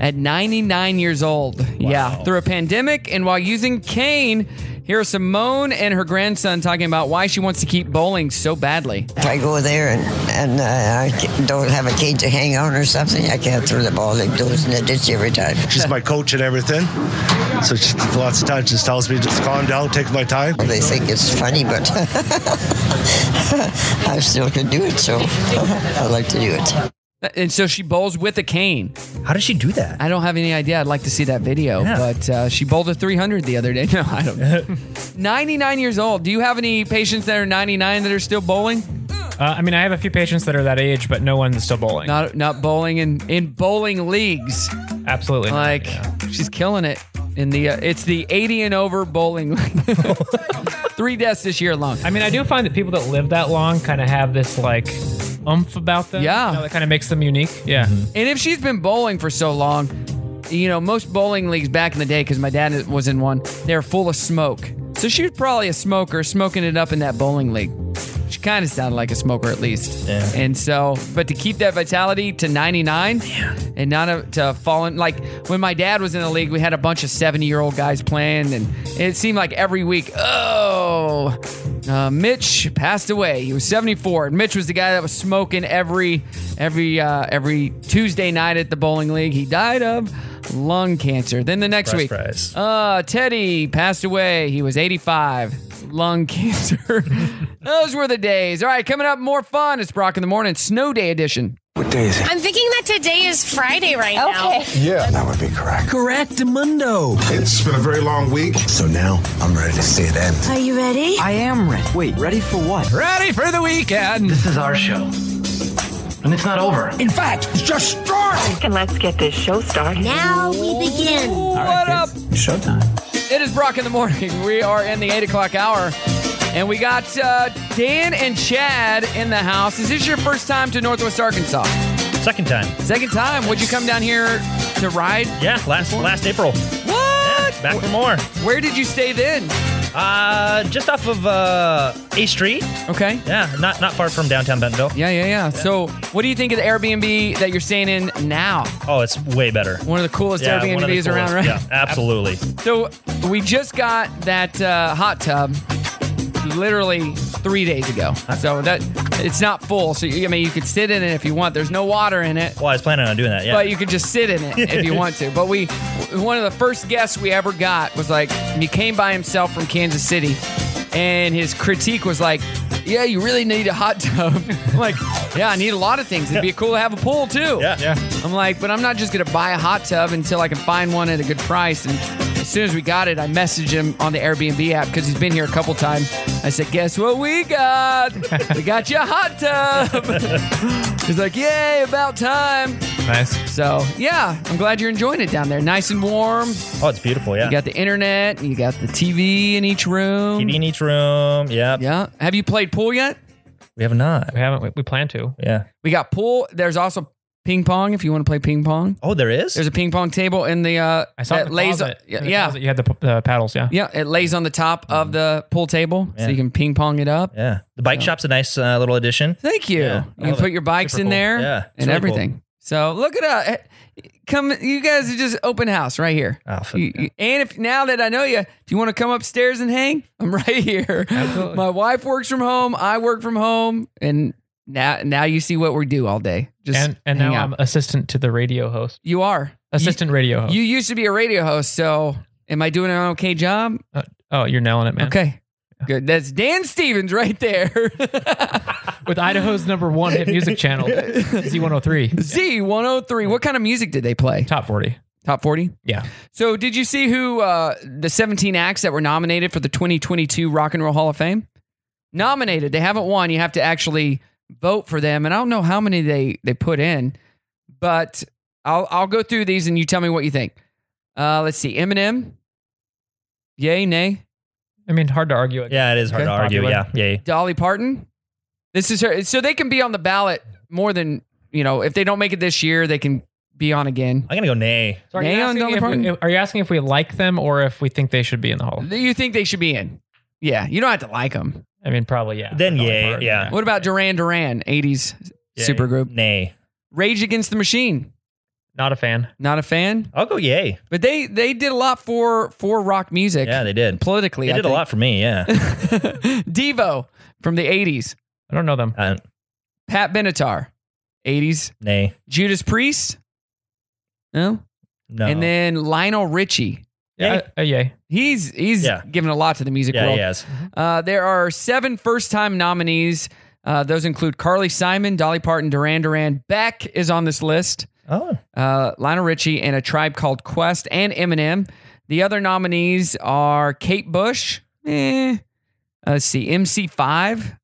[SPEAKER 1] at 99 years old. Yeah, through a pandemic and while using cane. Here are Simone and her grandson talking about why she wants to keep bowling so badly.
[SPEAKER 5] I go there and, and uh, I don't have a cage to hang on or something. I can't throw the ball. It goes in the ditch every time.
[SPEAKER 16] She's my coach and everything. So she, lots of times just tells me just calm down, take my time.
[SPEAKER 5] They think it's funny, but I still can do it. So I like to do it.
[SPEAKER 1] Uh, And so she bowls with a cane.
[SPEAKER 6] How does she do that?
[SPEAKER 1] I don't have any idea. I'd like to see that video, but uh, she bowled a 300 the other day. No, I don't. know. 99 years old. Do you have any patients that are 99 that are still bowling?
[SPEAKER 7] Uh, I mean, I have a few patients that are that age, but no one's still bowling.
[SPEAKER 1] Not not bowling in in bowling leagues.
[SPEAKER 7] Absolutely.
[SPEAKER 1] Like she's killing it in the. Uh, it's the 80 and over bowling. league. Three deaths this year alone.
[SPEAKER 7] I mean, I do find that people that live that long kind of have this like umph about them. Yeah. that kind of makes them unique. Yeah.
[SPEAKER 1] And if she's been bowling for so long, you know, most bowling leagues back in the day, because my dad was in one, they're full of smoke. So she was probably a smoker, smoking it up in that bowling league. She kind of sounded like a smoker at least. Yeah. And so, but to keep that vitality to 99 and not a, to fall in, like when my dad was in the league, we had a bunch of 70 year old guys playing, and it seemed like every week, oh, uh, Mitch passed away. He was 74. And Mitch was the guy that was smoking every every uh, every Tuesday night at the bowling league. He died of lung cancer. Then the next
[SPEAKER 6] Surprise,
[SPEAKER 1] week, Uh, Teddy passed away. He was 85. Lung cancer. Those were the days. All right, coming up, more fun. It's Brock in the morning, snow day edition.
[SPEAKER 14] What day is
[SPEAKER 13] I'm thinking that today is Friday right now.
[SPEAKER 14] Yeah, that would be correct. Correct, Mundo. It's been a very long week, so now I'm ready to see it end.
[SPEAKER 13] Are you ready?
[SPEAKER 14] I am ready. Wait, ready for what? Ready for the weekend. This is our show, and it's not over. In fact, it's just starting.
[SPEAKER 17] And let's get this show started.
[SPEAKER 13] Now
[SPEAKER 17] we begin.
[SPEAKER 1] What up?
[SPEAKER 14] Showtime.
[SPEAKER 1] It is Brock in the morning. We are in the eight o'clock hour, and we got uh, Dan and Chad in the house. Is this your first time to Northwest Arkansas?
[SPEAKER 6] Second time.
[SPEAKER 1] Second time. Would you come down here to ride?
[SPEAKER 6] Yeah, last last April.
[SPEAKER 1] What?
[SPEAKER 6] back for more.
[SPEAKER 1] Where did you stay then?
[SPEAKER 6] Uh, just off of uh, A Street.
[SPEAKER 1] Okay.
[SPEAKER 6] Yeah, not not far from downtown Bentonville.
[SPEAKER 1] Yeah, yeah, yeah. So, what do you think of the Airbnb that you're staying in now?
[SPEAKER 6] Oh, it's way better.
[SPEAKER 1] One of the coolest
[SPEAKER 6] Yeah, one of the
[SPEAKER 1] Airbnbs around,
[SPEAKER 6] coolest.
[SPEAKER 1] right?
[SPEAKER 6] Yeah, absolutely.
[SPEAKER 1] So we just got that uh, hot tub literally three days ago. So that it's not full. So you, I mean, you could sit in it if you want. There's no water in it.
[SPEAKER 6] Well, I was planning on doing that. Yeah.
[SPEAKER 1] But you could just sit in it if you want to. But we, one of the first guests we ever got was like, he came by himself from Kansas City, and his critique was like, "Yeah, you really need a hot tub." I'm like, yeah, I need a lot of things. It'd be cool to have a pool too.
[SPEAKER 6] Yeah, yeah.
[SPEAKER 1] I'm like, but I'm not just gonna buy a hot tub until I can find one at a good price. And as soon as we got it, I messaged him on the Airbnb app because he's been here a couple times. I said, guess what we got? we got you a hot tub. he's like, yay, about time.
[SPEAKER 7] Nice.
[SPEAKER 1] So yeah, I'm glad you're enjoying it down there. Nice and warm.
[SPEAKER 6] Oh, it's beautiful. Yeah.
[SPEAKER 1] You got the internet. You got the TV in each room. TV
[SPEAKER 6] in each room. Yeah.
[SPEAKER 1] Yeah. Have you played pool yet?
[SPEAKER 6] We have not.
[SPEAKER 7] We haven't. We, we plan to.
[SPEAKER 6] Yeah.
[SPEAKER 1] We got pool. There's also ping pong if you want to play ping pong.
[SPEAKER 6] Oh, there is.
[SPEAKER 1] There's a ping pong table in the. Uh,
[SPEAKER 7] I saw
[SPEAKER 1] that
[SPEAKER 7] it in the
[SPEAKER 1] lays.
[SPEAKER 7] closet.
[SPEAKER 1] yeah,
[SPEAKER 7] In the
[SPEAKER 1] yeah.
[SPEAKER 7] closet, you had the, p- the paddles. Yeah.
[SPEAKER 1] Yeah, it lays on the top of the pool table, so
[SPEAKER 7] Yeah.
[SPEAKER 1] you can ping pong it up.
[SPEAKER 6] Yeah,
[SPEAKER 1] Oh.
[SPEAKER 6] the bike shop's a nice uh, little addition.
[SPEAKER 1] Thank you.
[SPEAKER 6] Yeah, I
[SPEAKER 1] you can
[SPEAKER 6] love
[SPEAKER 1] put
[SPEAKER 6] it.
[SPEAKER 1] your bikes
[SPEAKER 6] Super
[SPEAKER 1] in
[SPEAKER 6] cool.
[SPEAKER 1] there
[SPEAKER 6] Yeah, it's
[SPEAKER 1] and
[SPEAKER 6] really cool.
[SPEAKER 1] everything. So look it up. Come, you guys are just open house right here.
[SPEAKER 6] Oh,
[SPEAKER 1] You- you- and if now that I know you, if you want to come upstairs and hang, I'm right here. My wife works from home. I work from home, and now now you see what we do all day. Just
[SPEAKER 7] and and
[SPEAKER 1] hang
[SPEAKER 7] now
[SPEAKER 1] out.
[SPEAKER 7] I'm assistant to the radio host.
[SPEAKER 1] you are
[SPEAKER 7] Assistant
[SPEAKER 1] You-
[SPEAKER 7] radio host.
[SPEAKER 1] You used to be a radio host, so am I doing an okay job?
[SPEAKER 7] oh, you're nailing it, man.
[SPEAKER 1] Okay. Good. That's Dan Stevens right there.
[SPEAKER 7] With Idaho's number one hit music channel, Z103.
[SPEAKER 1] Z103. What kind of music did they play?
[SPEAKER 7] Top 40.
[SPEAKER 1] Top 40?
[SPEAKER 7] Yeah.
[SPEAKER 1] So, did you see who uh, the 17 acts that were nominated for the 2022 Rock and Roll Hall of Fame? Nominated. They haven't won. You have to actually vote for them. And I don't know how many they, they put in, but I'll, I'll go through these and you tell me what you think. Uh, let's see. Eminem. Yay, nay.
[SPEAKER 7] I mean, hard to argue. Against.
[SPEAKER 6] Yeah, it is hard
[SPEAKER 1] Okay.
[SPEAKER 6] to argue.
[SPEAKER 1] Popular.
[SPEAKER 6] Yeah, yeah.
[SPEAKER 1] Dolly Parton. This is her. So they can be on the ballot more than, you know, if they don't make it this year, they can be on again.
[SPEAKER 6] I'm gonna go nay.
[SPEAKER 7] So are, you
[SPEAKER 1] Nay on
[SPEAKER 7] asking
[SPEAKER 1] Dolly
[SPEAKER 7] if we,
[SPEAKER 1] Parton?
[SPEAKER 7] if- are you asking if we like them or if we think they should be in the hall?
[SPEAKER 1] that you think they should be in. Yeah, you don't have to like them.
[SPEAKER 7] I mean, probably yeah.
[SPEAKER 6] Then yay. yeah.
[SPEAKER 1] What about Duran Duran, 80s supergroup?
[SPEAKER 6] Nay.
[SPEAKER 1] Rage Against the Machine.
[SPEAKER 7] Not a fan.
[SPEAKER 1] Not a fan,
[SPEAKER 6] I'll go yay.
[SPEAKER 1] but they they did a lot for for rock music.
[SPEAKER 6] Yeah, they did.
[SPEAKER 1] politically.
[SPEAKER 6] They
[SPEAKER 1] I
[SPEAKER 6] did a
[SPEAKER 1] think.
[SPEAKER 6] lot for me. Yeah.
[SPEAKER 1] Devo from the 80s.
[SPEAKER 7] I don't know them.
[SPEAKER 6] Uh,
[SPEAKER 1] Pat Benatar, 80s.
[SPEAKER 6] nay.
[SPEAKER 1] Judas Priest. No.
[SPEAKER 6] No.
[SPEAKER 1] And then Lionel Richie.
[SPEAKER 7] Yeah. Uh, uh, yay.
[SPEAKER 1] He's he's
[SPEAKER 6] Yeah.
[SPEAKER 1] given a lot to the music
[SPEAKER 6] Yeah,
[SPEAKER 1] world.
[SPEAKER 6] he has.
[SPEAKER 1] Uh, there are seven first time nominees. Uh, those include Carly Simon, Dolly Parton, Duran Duran. Beck is on this list.
[SPEAKER 6] Oh.
[SPEAKER 1] Uh, Lionel Richie and a tribe called Quest and Eminem. The other nominees are Kate Bush. Eh. Uh, Let's see, MC5,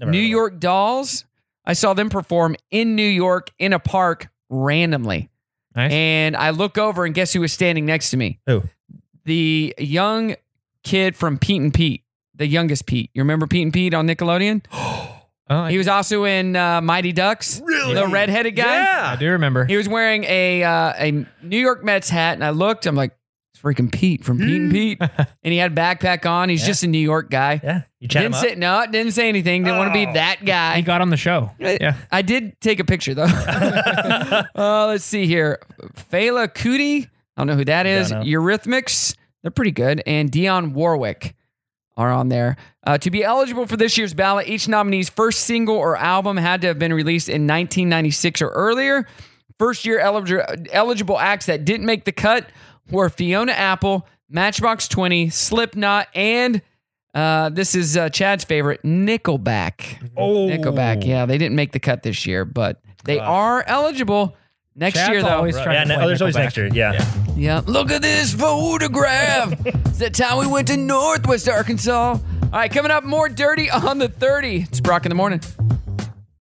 [SPEAKER 1] New York Dolls. I saw them perform in New York in a park randomly.
[SPEAKER 7] Nice.
[SPEAKER 1] And I look over and guess who was standing next to me?
[SPEAKER 6] Who?
[SPEAKER 1] The young kid from Pete and Pete, the youngest Pete. You remember Pete and Pete on Nickelodeon?
[SPEAKER 7] Oh, I,
[SPEAKER 1] He was also in uh, Mighty Ducks. Really? The redheaded guy.
[SPEAKER 7] I do remember.
[SPEAKER 1] He was wearing a uh, a New York Mets hat, and I looked. I'm like, it's freaking Pete from Pete
[SPEAKER 6] Hmm.
[SPEAKER 1] and Pete, and he had a backpack on. He's just a New York guy.
[SPEAKER 6] Yeah. You chat him
[SPEAKER 1] Didn't
[SPEAKER 6] up. Oh.
[SPEAKER 1] say no. Didn't say anything. Didn't want to be that guy.
[SPEAKER 7] He got on the show.
[SPEAKER 1] I-
[SPEAKER 7] Yeah.
[SPEAKER 1] I did take a picture though. uh, let's see here. Fela Kuti. I don't know who that is.
[SPEAKER 6] Don't know.
[SPEAKER 1] Eurythmics. They're pretty good. And Dion Warwick are on there. Uh, to be eligible for this year's ballot, each nominee's first single or album had to have been released in 1996 or earlier. First year elig- eligible acts that didn't make the cut were Fiona Apple, Matchbox 20, Slipknot, and uh, this is uh, Chad's favorite, Nickelback.
[SPEAKER 6] Oh.
[SPEAKER 1] Nickelback. Yeah, they didn't make the cut this year, but they are eligible next
[SPEAKER 7] Chad's
[SPEAKER 1] year, though.
[SPEAKER 7] always trying
[SPEAKER 6] Yeah.
[SPEAKER 7] to
[SPEAKER 6] No, oh,
[SPEAKER 7] play
[SPEAKER 6] there's always
[SPEAKER 7] Nickelback.
[SPEAKER 6] next year. Yeah.
[SPEAKER 1] Yeah. Look at this photograph. it's the time we went to Northwest Arkansas. All right, coming up, more dirty on the 30. It's Brock in the morning.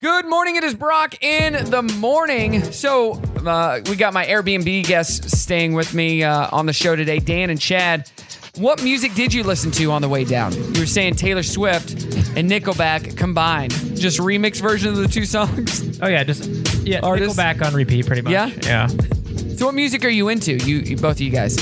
[SPEAKER 1] Good morning. It is Brock in the morning. So, uh, we got my Airbnb guests staying with me uh, on the show today, Dan and Chad. What music did you listen to on the way down? You were saying Taylor Swift and Nickelback combined, just remix versions of the two songs.
[SPEAKER 7] Oh yeah. Just yeah.
[SPEAKER 1] Artists?
[SPEAKER 7] Nickelback on repeat, pretty much.
[SPEAKER 1] Yeah?
[SPEAKER 7] Yeah.
[SPEAKER 1] So, what music are you into? You, you both of you guys.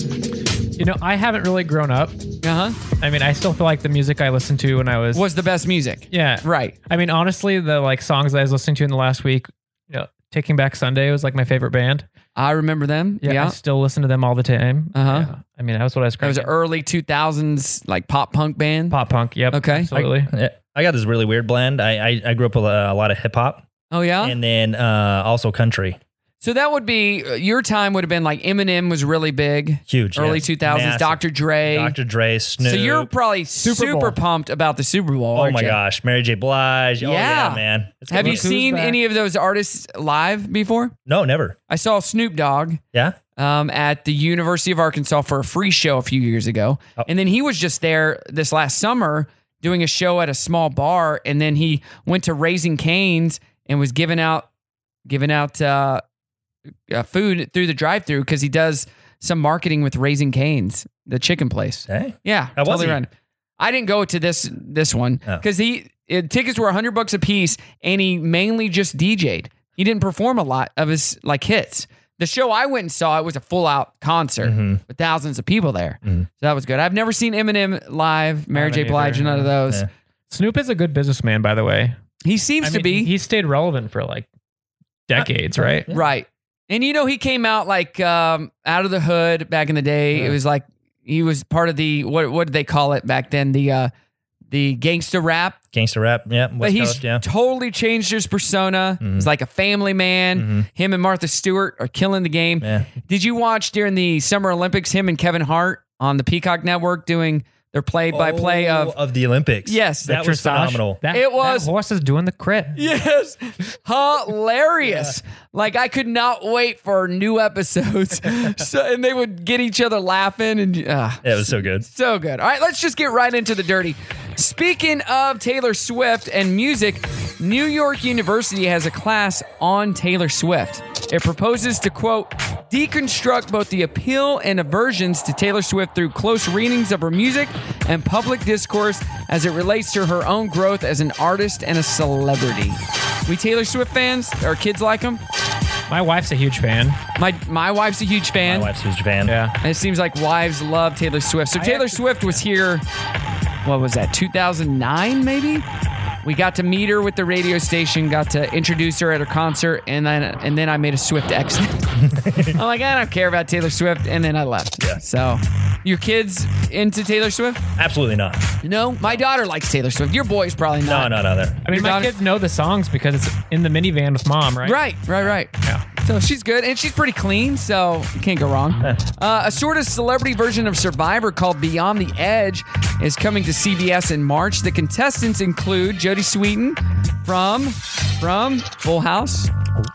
[SPEAKER 7] You know, I haven't really grown up.
[SPEAKER 1] Uh huh.
[SPEAKER 7] I mean, I still feel like the music I listened to when I was
[SPEAKER 1] Was the best music?
[SPEAKER 7] Yeah.
[SPEAKER 1] Right.
[SPEAKER 7] I mean, honestly, the like songs I was listening to in the last week, you know, Taking Back Sunday was like my favorite band.
[SPEAKER 1] I remember them.
[SPEAKER 7] Yeah,
[SPEAKER 1] Yeah.
[SPEAKER 7] I still listen to them all the time.
[SPEAKER 1] Uh-huh.
[SPEAKER 7] Yeah. I mean, that was what I was.
[SPEAKER 1] That was an
[SPEAKER 7] cranking.
[SPEAKER 1] early 2000s like pop punk band.
[SPEAKER 7] pop punk. Yep.
[SPEAKER 1] Okay.
[SPEAKER 7] Absolutely.
[SPEAKER 6] Yeah. I got this really weird blend. I I, I grew up with a, a lot of hip hop
[SPEAKER 1] Oh yeah.
[SPEAKER 6] and then uh, also country.
[SPEAKER 1] so that would be uh, your time would have been like Eminem was really big.
[SPEAKER 6] Huge.
[SPEAKER 1] Early
[SPEAKER 6] yes.
[SPEAKER 1] 2000s
[SPEAKER 6] Massive.
[SPEAKER 1] Dr. Dre.
[SPEAKER 6] Dr. Dre. Snoop.
[SPEAKER 1] So you're probably
[SPEAKER 7] Super Bowl.
[SPEAKER 1] super pumped about the Super Bowl.
[SPEAKER 6] Oh
[SPEAKER 1] aren't
[SPEAKER 6] my
[SPEAKER 1] you?
[SPEAKER 6] gosh, Mary J. Blige. Oh yeah,
[SPEAKER 1] Yeah.
[SPEAKER 6] man. It's
[SPEAKER 1] Have
[SPEAKER 6] good.
[SPEAKER 1] you
[SPEAKER 7] Look who's
[SPEAKER 1] seen
[SPEAKER 7] back.
[SPEAKER 1] any of those artists live before?
[SPEAKER 6] No, never.
[SPEAKER 1] I saw Snoop Dogg
[SPEAKER 6] Yeah.
[SPEAKER 1] um, at the University of Arkansas for a free show a few years ago.
[SPEAKER 6] Oh.
[SPEAKER 1] And then he was just there this last summer doing a show at a small bar. And then he went to Raising Canes and was giving out giving out uh, uh, food through the drive through because he does some marketing with Raising Canes, the chicken place.
[SPEAKER 6] Hey.
[SPEAKER 1] Yeah,
[SPEAKER 6] How was
[SPEAKER 1] totally
[SPEAKER 6] he?
[SPEAKER 1] random. I didn't go to this this one
[SPEAKER 6] Oh.
[SPEAKER 1] because he It, tickets were 100 bucks a piece, and he mainly just DJ'd. He didn't perform a lot of his like hits. The show I went and saw it was a full out concert
[SPEAKER 6] Mm-hmm.
[SPEAKER 1] with thousands of people there, so that was good. I've never seen Eminem live, Mary J. Blige, none of those.
[SPEAKER 7] Snoop is a good businessman, by the way.
[SPEAKER 1] He seems to be.
[SPEAKER 7] He stayed relevant for like decades, right?
[SPEAKER 1] Right. And you know, he came out like um, out of the hood back in the day. It was like he was part of the what what did they call it back then? The uh the gangster rap.
[SPEAKER 6] Gangster rap, yeah. West
[SPEAKER 1] but he's
[SPEAKER 6] Coast, yeah. Mm-hmm.
[SPEAKER 1] totally changed his persona. He's like a family man. Him and Martha Stewart are killing the game. Did you watch during the Summer Olympics him and Kevin Hart on the Peacock Network doing their play by play
[SPEAKER 6] Oh,
[SPEAKER 1] of
[SPEAKER 6] of the Olympics.
[SPEAKER 1] Yes.
[SPEAKER 6] that was
[SPEAKER 1] Dressage.
[SPEAKER 6] phenomenal.
[SPEAKER 1] That- It was-
[SPEAKER 7] That horse is doing the crit.
[SPEAKER 1] Yes. Hilarious. Like I could not wait for new episodes. so and they would get each other laughing and uh,
[SPEAKER 6] Yeah, it was so good.
[SPEAKER 1] so good. All right, let's just get right into the dirty. Speaking of Taylor Swift and music, New York University has a class on Taylor Swift. It proposes to, quote, deconstruct both the appeal and aversions to Taylor Swift through close readings of her music and public discourse as it relates to her own growth as an artist and a celebrity. We Taylor Swift fans, our kids like them.
[SPEAKER 7] My wife's a huge fan.
[SPEAKER 1] My my wife's a huge fan.
[SPEAKER 6] My wife's a huge fan.
[SPEAKER 7] Yeah.
[SPEAKER 1] And it seems like wives love Taylor Swift. So Taylor Swift was here, what was that, 2009 maybe? We got to meet her with the radio station, got to introduce her at her concert, and then and then I made a Swift exit. I'm like, I don't care about Taylor Swift, and then I left. Yeah. So, your kids into Taylor Swift?
[SPEAKER 6] Absolutely not.
[SPEAKER 1] No, my daughter likes Taylor Swift. Your boy's probably not.
[SPEAKER 6] No, no, no.
[SPEAKER 7] I mean,
[SPEAKER 1] Your
[SPEAKER 7] my
[SPEAKER 1] daughter-
[SPEAKER 7] kids know the songs because it's in the minivan with mom, right?
[SPEAKER 1] Right, right, right. Yeah. So she's good and she's pretty clean, so you can't go wrong. Uh, a sort of celebrity version of Survivor called Beyond the Edge is coming to CBS in March. The contestants include Jodie Sweetin from from Full House.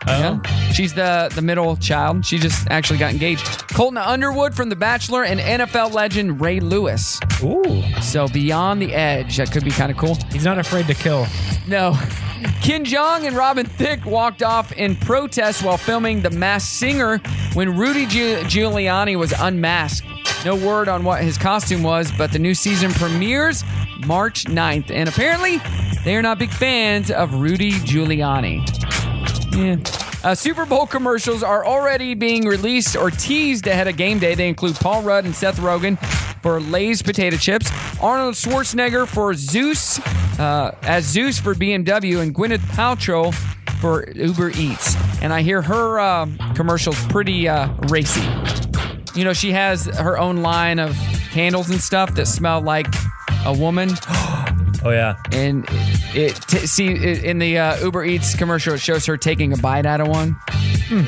[SPEAKER 1] Yeah. She's the the middle child. She just actually got engaged. Colton Underwood from The Bachelor and NFL legend Ray Lewis.
[SPEAKER 6] Ooh.
[SPEAKER 1] So Beyond the Edge, that could be kind of cool.
[SPEAKER 7] He's not afraid to kill.
[SPEAKER 1] No. Ken Jong and Robin Thicke walked off in protest while filming The Masked Singer when Rudy Giu- Giuliani was unmasked. No word on what his costume was, but the new season premieres March 9th. And apparently, they are not big fans of Rudy Giuliani. Yeah. Uh, Super Bowl commercials are already being released or teased ahead of game day. They include Paul Rudd and Seth Rogen for Lay's potato chips, Arnold Schwarzenegger for Zeus, uh, as Zeus for BMW, and Gwyneth Paltrow for Uber Eats. And I hear her um, commercials pretty uh, racy. You know, she has her own line of candles and stuff that smell like a woman.
[SPEAKER 6] Oh yeah.
[SPEAKER 1] And it t- see it, in the uh, Uber Eats commercial, it shows her taking a bite out of one.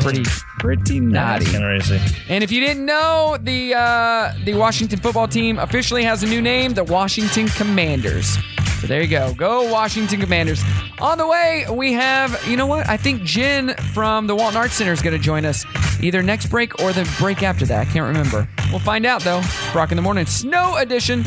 [SPEAKER 1] Pretty, pretty naughty.
[SPEAKER 6] Kind of crazy.
[SPEAKER 1] And if you didn't know, the uh, the Washington football team officially has a new name, the Washington Commanders. So there you go. Go Washington Commanders. On the way, we have, you know what? I think Jen from the Walton Arts Center is going to join us either next break or the break after that. I can't remember. We'll find out, though. Brock in the Morning, Snow Edition.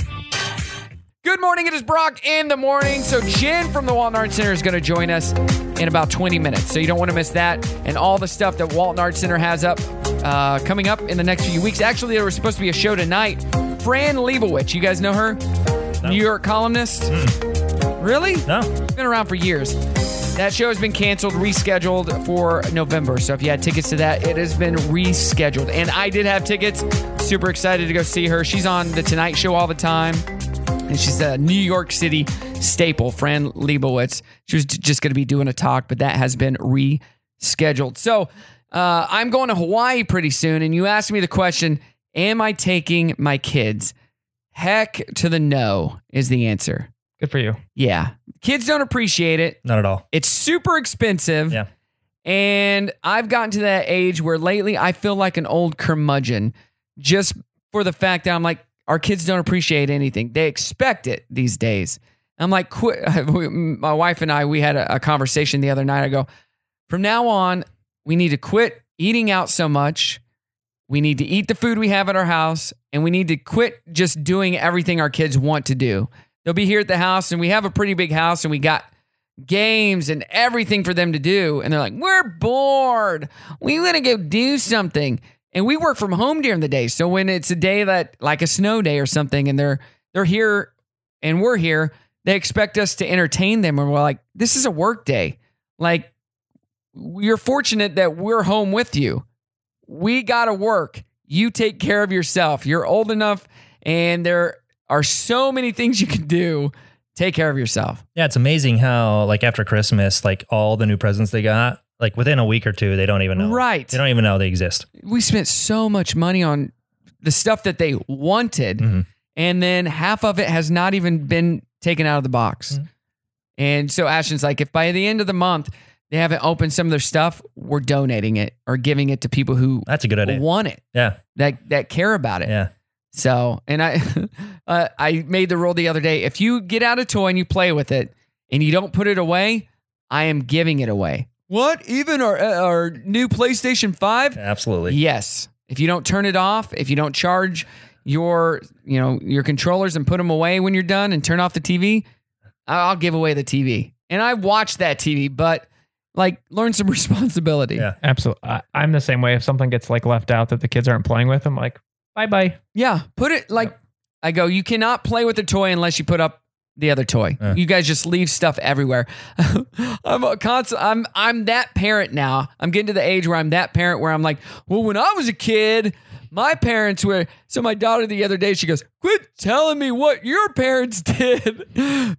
[SPEAKER 1] Good morning. It is Brock in the morning. So Jen from the Walton Arts Center is going to join us in about 20 minutes. So you don't want to miss that and all the stuff that Walton Arts Center has up uh, coming up in the next few weeks. Actually, there was supposed to be a show tonight. Fran Lebowitz, you guys know her, New York columnist. Really?
[SPEAKER 6] No.
[SPEAKER 1] Been around for years. That show has been canceled, rescheduled for November. So if you had tickets to that, it has been rescheduled. And I did have tickets. Super excited to go see her. She's on the Tonight Show all the time. And she's a New York City staple, Fran Lebowitz. She was j- just going to be doing a talk, but that has been rescheduled. So uh, I'm going to Hawaii pretty soon. And you asked me the question Am I taking my kids? Heck to the no is the answer.
[SPEAKER 7] Good for you.
[SPEAKER 1] Yeah. Kids don't appreciate it.
[SPEAKER 6] Not at all.
[SPEAKER 1] It's super expensive.
[SPEAKER 6] Yeah.
[SPEAKER 1] And I've gotten to that age where lately I feel like an old curmudgeon just for the fact that I'm like, our kids don't appreciate anything. They expect it these days. I'm like, quit. My wife and I, we had a, a conversation the other night. I go, from now on, we need to quit eating out so much. We need to eat the food we have at our house, and we need to quit just doing everything our kids want to do. They'll be here at the house, and we have a pretty big house, and we got games and everything for them to do. And they're like, we're bored. We want to go do something. And we work from home during the day. So when it's a day that, like a snow day or something, and they're they're here and we're here, They expect us to entertain them, and we're like, this is a work day. Like, you're fortunate that we're home with you. We got to work. You take care of yourself. You're old enough, and there are so many things you can do. Take care of yourself.
[SPEAKER 6] Yeah, it's amazing how like after Christmas, like all the new presents they got, like within a week or two, they don't even know.
[SPEAKER 1] Right.
[SPEAKER 6] They don't even know they exist.
[SPEAKER 1] we spent so much money on the stuff that they wanted and then half of it has not even been taken out of the box and so ashton's like if by the end of the month they haven't opened some of their stuff we're donating it or giving it to people who
[SPEAKER 6] that's a good idea.
[SPEAKER 1] want it
[SPEAKER 6] Yeah.
[SPEAKER 1] that that care about it
[SPEAKER 6] Yeah.
[SPEAKER 1] so and i uh, i made the rule the other day if you get out a toy and you play with it and you don't put it away i am giving it away what even our uh, our new playstation 5
[SPEAKER 6] Absolutely.
[SPEAKER 1] Yes. If you don't turn it off, if you don't charge your, you know, your controllers and put them away when you're done and turn off the TV, I- I'll give away the TV. And I watch that TV, but like learn some responsibility. Yeah.
[SPEAKER 7] Absolutely. I, I'm the same way. If something gets like left out that the kids aren't playing with, I'm like, bye bye.
[SPEAKER 1] Yeah. Put it like I go, you cannot play with a toy unless you put up the other toy. You guys just leave stuff everywhere. I'm a constant I'm I'm that parent now. I'm getting to the age where I'm that parent where I'm like, well, when I was a kid, my parents were so my daughter the other day, she goes, Quit telling me what your parents did.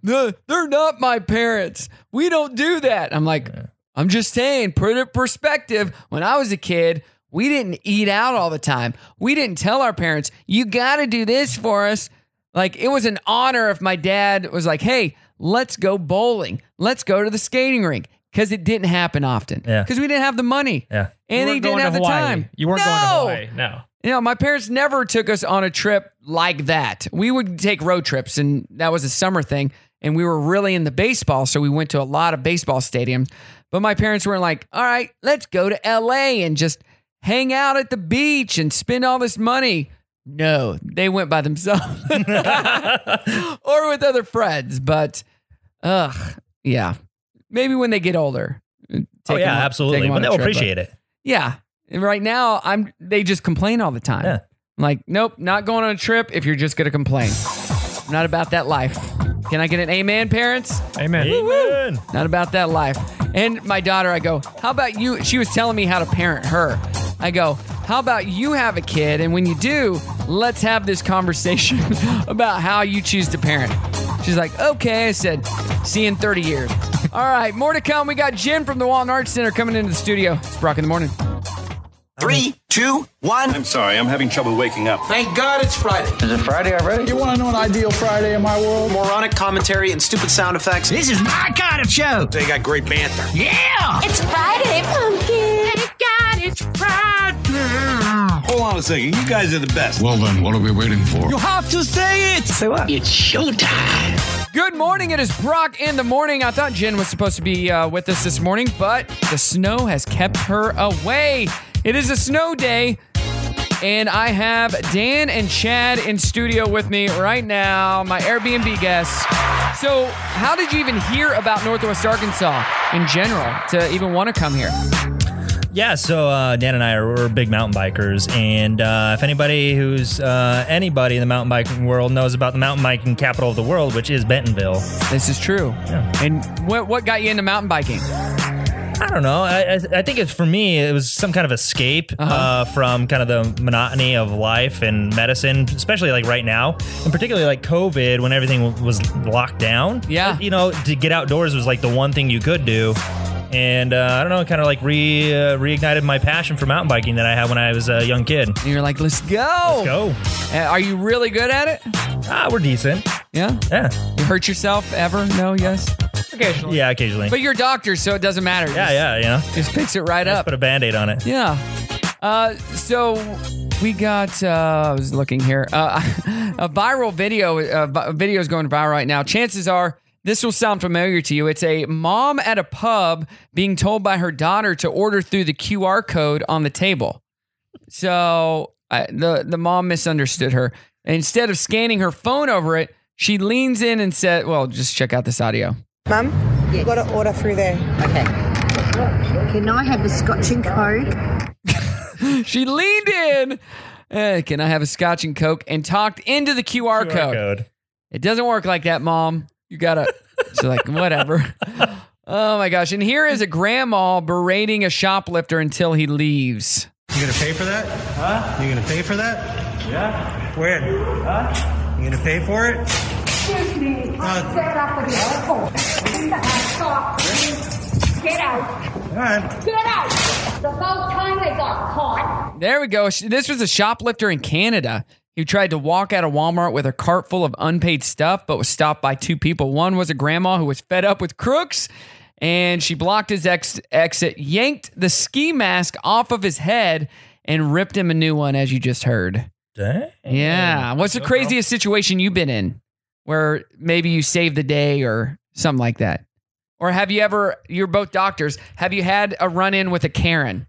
[SPEAKER 1] No, They're not my parents. We don't do that. I'm like, I'm just saying, put it in perspective. When I was a kid, we didn't eat out all the time. We didn't tell our parents, you got to do this for us. Like, it was an honor if my dad was like, hey, let's go bowling. Let's go to the skating rink. Because it didn't happen often.
[SPEAKER 7] Yeah.
[SPEAKER 1] Because we didn't have the money.
[SPEAKER 6] Yeah.
[SPEAKER 1] And
[SPEAKER 7] You
[SPEAKER 1] they
[SPEAKER 7] weren't
[SPEAKER 1] didn't
[SPEAKER 7] going to
[SPEAKER 1] have the
[SPEAKER 7] Hawaii.
[SPEAKER 1] time.
[SPEAKER 7] You weren't
[SPEAKER 1] no!
[SPEAKER 7] going to Hawaii. No.
[SPEAKER 1] You know, my parents never took us on a trip like that. We would take road trips, and that was a summer thing. And we were really into baseball, so we went to a lot of baseball stadiums. But my parents weren't like, all right, let's go to LA and just hang out at the beach and spend all this money. No, they went by themselves or with other friends. But, ugh, yeah. Maybe when they get older. take
[SPEAKER 6] oh yeah,
[SPEAKER 1] them on- take
[SPEAKER 6] absolutely.
[SPEAKER 1] them
[SPEAKER 6] But
[SPEAKER 1] on a
[SPEAKER 6] they'll
[SPEAKER 1] trip, but-
[SPEAKER 6] appreciate it.
[SPEAKER 1] yeah. And right now, I'm they just complain all the time.
[SPEAKER 6] Yeah.
[SPEAKER 1] I'm like, nope, not going on a trip if you're just gonna complain. I'm not about that life. Can I get an amen, parents?
[SPEAKER 7] Amen.
[SPEAKER 6] Amen.
[SPEAKER 1] Not about that life. And my daughter, I go, how about you? She was telling me how to parent her. I go, how about you have a kid? And when you do, let's have this conversation about how you choose to parent. She's like, okay. I said, see you in 30 years. All right, more to come. We got Jen from the Walton Arts Center coming into the studio. It's Brock in the morning.
[SPEAKER 18] Three, two, one. I'm sorry, I'm having trouble waking up. Thank God it's Friday. Is it Friday already? You want to know an ideal Friday in my world? Moronic commentary and stupid sound effects. This is my kind of show. They got great banter.
[SPEAKER 3] Yeah! It's Friday, pumpkin! Thank God it's Friday!
[SPEAKER 18] Hold on a second, you guys are the best.
[SPEAKER 19] Well, then, what are we waiting for?
[SPEAKER 1] have to say it. Say what? It's showtime. Good morning. It is Brock in the morning. I thought Jen was supposed to be uh, with us this morning, but the snow has kept her away. It is a snow day, and I have Dan and Chad in studio with me right now, my Airbnb guests. So, how did you even hear about Northwest Arkansas in general to even want to come here?
[SPEAKER 6] Yeah, so uh, Dan and I are we're big mountain bikers, and uh, if anybody who's uh, anybody in the mountain biking world knows about the mountain biking capital of the world, which is Bentonville,
[SPEAKER 1] this is true. And what what got you into mountain biking?
[SPEAKER 6] I don't know. I, I, I think it's for me, it was some kind of escape uh from kind of the monotony of life and medicine, especially like right now, and particularly like COVID when everything w- was locked down. Yeah, you know, to get outdoors was like the one thing you could do. And uh, I don't know, kind of like re uh, reignited my passion for mountain biking that I had when I was a young kid. And
[SPEAKER 1] you're like, let's go,
[SPEAKER 6] let's
[SPEAKER 1] go. are you really good at it?
[SPEAKER 6] Ah, we're decent.
[SPEAKER 1] Yeah,
[SPEAKER 6] yeah.
[SPEAKER 1] You hurt yourself ever? No, yes. Occasionally.
[SPEAKER 6] Yeah, occasionally.
[SPEAKER 1] But you're a doctor, so it doesn't matter.
[SPEAKER 6] yeah, yeah, you know,
[SPEAKER 1] just fix it right
[SPEAKER 6] up. Put a band aid on it.
[SPEAKER 1] Yeah. Uh, so we got. Uh, I was looking here. Uh, a viral video. Uh, vi- video is going viral right now. Chances are this will sound familiar to you. It's a mom at a pub being told by her daughter to order through the QR code on the table. So I, the the mom misunderstood her. Instead of scanning her phone over it, she leans in and said, "Well, just check out this audio."
[SPEAKER 20] Mum, you got to order through there. Okay. Can I have a scotch and coke?
[SPEAKER 1] she leaned in. Eh, can I have a scotch and coke? And talked into the QR, code. It doesn't work like that, mom. You gotta. So like whatever. Oh my gosh! And here is a grandma berating a shoplifter until he leaves.
[SPEAKER 19] You gonna pay for that? Huh? You gonna pay for that? Yeah. When? Huh? You gonna pay for it?
[SPEAKER 3] Excuse me, I'm fed up with your bull. Stop. Get out. Get out. It's about time I got caught.
[SPEAKER 1] There we go. She- This was a shoplifter in Canada who tried to walk out of Walmart with a cart full of unpaid stuff, but was stopped by two people. One was a grandma who was fed up with crooks, and she blocked his ex- exit, yanked the ski mask off of his head, and ripped him a new one, as you just heard. Yeah. What's the craziest situation you've been in where maybe you saved the day or something like that? Or have you ever, you're both doctors, have you had a run in with a Karen?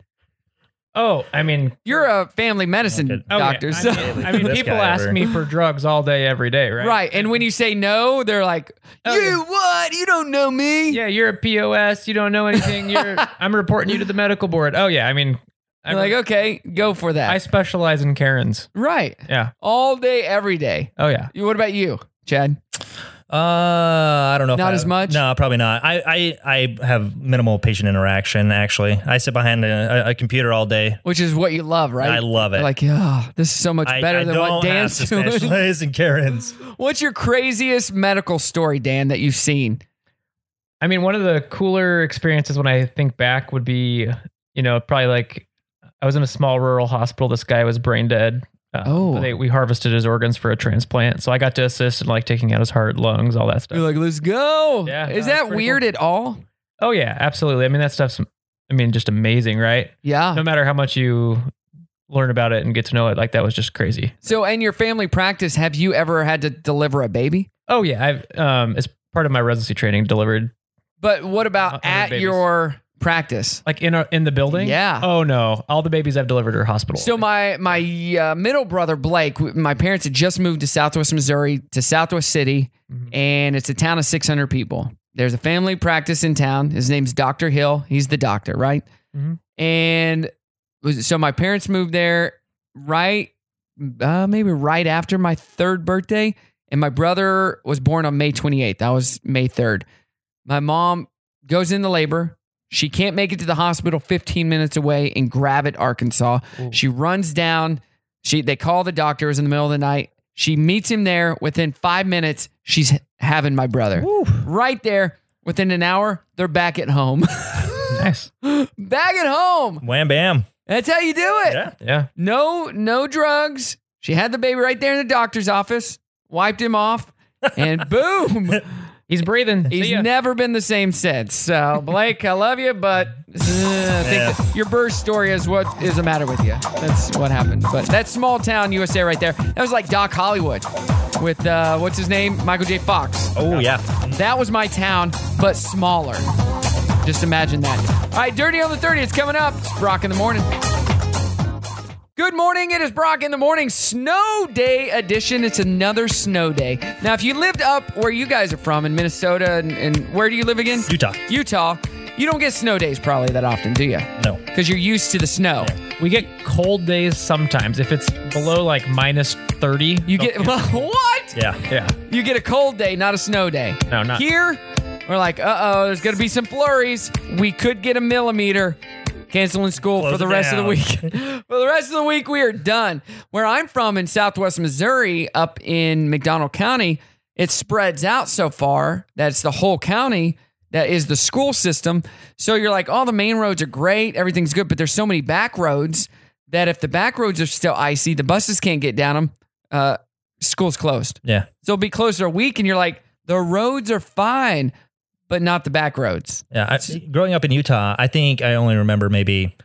[SPEAKER 7] Oh, I mean,
[SPEAKER 1] you're a family medicine doctor.
[SPEAKER 7] Oh, I
[SPEAKER 1] so,
[SPEAKER 7] mean- I mean, people ask me for drugs all day, every day, right?
[SPEAKER 1] Right. And when you say no, they're like, you what? You don't know me.
[SPEAKER 7] Yeah, you're a POS. You don't know anything. You're. I'm reporting you to the medical board. Oh yeah, I mean, I'm
[SPEAKER 1] like, oh, okay, go for that.
[SPEAKER 7] I specialize in Karens.
[SPEAKER 1] right.
[SPEAKER 7] Yeah.
[SPEAKER 1] All day, every day.
[SPEAKER 7] Oh yeah.
[SPEAKER 1] You- What about you, Chad?
[SPEAKER 6] Uh, I don't know.
[SPEAKER 1] Not
[SPEAKER 6] I-
[SPEAKER 1] as much?
[SPEAKER 6] No, probably not. I, I, I have minimal patient interaction. Actually, I sit behind a, a- a computer all day.
[SPEAKER 1] Which is what you love, right?
[SPEAKER 6] I love it.
[SPEAKER 1] Like, yeah, this is so much
[SPEAKER 6] I-
[SPEAKER 1] better
[SPEAKER 6] I
[SPEAKER 1] than what
[SPEAKER 6] don't have
[SPEAKER 1] Dan's
[SPEAKER 6] to
[SPEAKER 1] doing.
[SPEAKER 6] specialize in Karens.
[SPEAKER 1] What's your craziest medical story, Dan, that you've seen?
[SPEAKER 7] I mean, one of the cooler experiences when I think back would be, you know, probably like I was in a small rural hospital. This guy was brain dead. Uh, oh, they, we harvested his organs for a transplant, so I got to assist in like taking out his heart, lungs, all that stuff.
[SPEAKER 1] You're like, let's go.
[SPEAKER 7] Yeah,
[SPEAKER 1] Is
[SPEAKER 7] no, it's
[SPEAKER 1] that
[SPEAKER 7] pretty
[SPEAKER 1] weird
[SPEAKER 7] cool.
[SPEAKER 1] at all?
[SPEAKER 7] Oh yeah, absolutely. I mean, that stuff's, I mean, just amazing, right?
[SPEAKER 1] Yeah.
[SPEAKER 7] No matter how much you learn about it and get to know it, like that was just crazy.
[SPEAKER 1] So, in your family practice, have you ever had to deliver a baby?
[SPEAKER 7] Oh yeah, I've um, as part of my residency training, delivered
[SPEAKER 1] But what about at
[SPEAKER 7] babies.
[SPEAKER 1] your practice?
[SPEAKER 7] like in a, in the building.
[SPEAKER 1] Yeah.
[SPEAKER 7] Oh no, all the babies I've delivered are hospital.
[SPEAKER 1] So my my uh, middle brother Blake, w- my parents had just moved to Southwest Missouri to Southwest City,
[SPEAKER 7] Mm-hmm.
[SPEAKER 1] and it's a town of 600 people. There's a family practice in town. His name's Doctor Hill. He's the doctor, right? And was- so my parents moved there right, uh, maybe right after my third birthday. And my brother was born on May 28th. That was May 3rd. My mom goes into labor. She can't make it to the hospital 15 minutes away in Gravett, Arkansas. She runs down. She they call the doctor. It was in the middle of the night. She meets him there. Within five minutes, she's having my brother right there. Within an hour, they're back at home.
[SPEAKER 7] Mm-hmm. nice.
[SPEAKER 1] Back at home.
[SPEAKER 6] Wham bam.
[SPEAKER 1] That's how you do it.
[SPEAKER 7] Yeah.
[SPEAKER 1] No, no drugs. She had the baby right there in the doctor's office, wiped him off, and boom.
[SPEAKER 7] He's breathing.
[SPEAKER 1] He's never been the same since. So, Blake, I love you, but uh, I think
[SPEAKER 6] Yeah.
[SPEAKER 1] your birth story is what is the matter with you. That's what happened. But that small town USA right there, that was like Doc Hollywood with, uh, what's his name? Michael J. Fox.
[SPEAKER 6] Oh, yeah.
[SPEAKER 1] That was my town, but smaller. Just imagine that. All right, Dirty on the 30, it's coming up. It's Brock in the morning. Good morning. It is Brock in the morning, snow day edition. It's another snow day. Now, if you lived up where you guys are from in Minnesota, and, and where do you live again?
[SPEAKER 6] Utah.
[SPEAKER 1] Utah. You don't get snow days probably that often, do you?
[SPEAKER 6] No.
[SPEAKER 1] Because you're used to the snow.
[SPEAKER 7] We get cold days sometimes. If it's below like minus 30,
[SPEAKER 1] You get what?
[SPEAKER 6] Yeah.
[SPEAKER 7] Yeah.
[SPEAKER 1] You get a cold day, not a snow day.
[SPEAKER 7] No, not-
[SPEAKER 1] here. We're like, uh oh, there's gonna be some flurries. We could get a millimeter. Canceling school
[SPEAKER 6] Close
[SPEAKER 1] for the
[SPEAKER 6] it
[SPEAKER 1] rest of the
[SPEAKER 6] down.
[SPEAKER 1] week. for the rest of the week, we are done. Where I'm from in Southwest Missouri, up in McDonald County, it spreads out so far that it's the whole county that is the school system. So you're like, all the main roads are great, everything's good, but there's so many back roads that if the back roads are still icy, the buses can't get down them. Uh, school's closed.
[SPEAKER 6] Yeah.
[SPEAKER 1] So it'll be closer a week, and you're like, the roads are fine, but not the back roads.
[SPEAKER 6] Yeah, I, growing up in Utah, I think I only remember maybe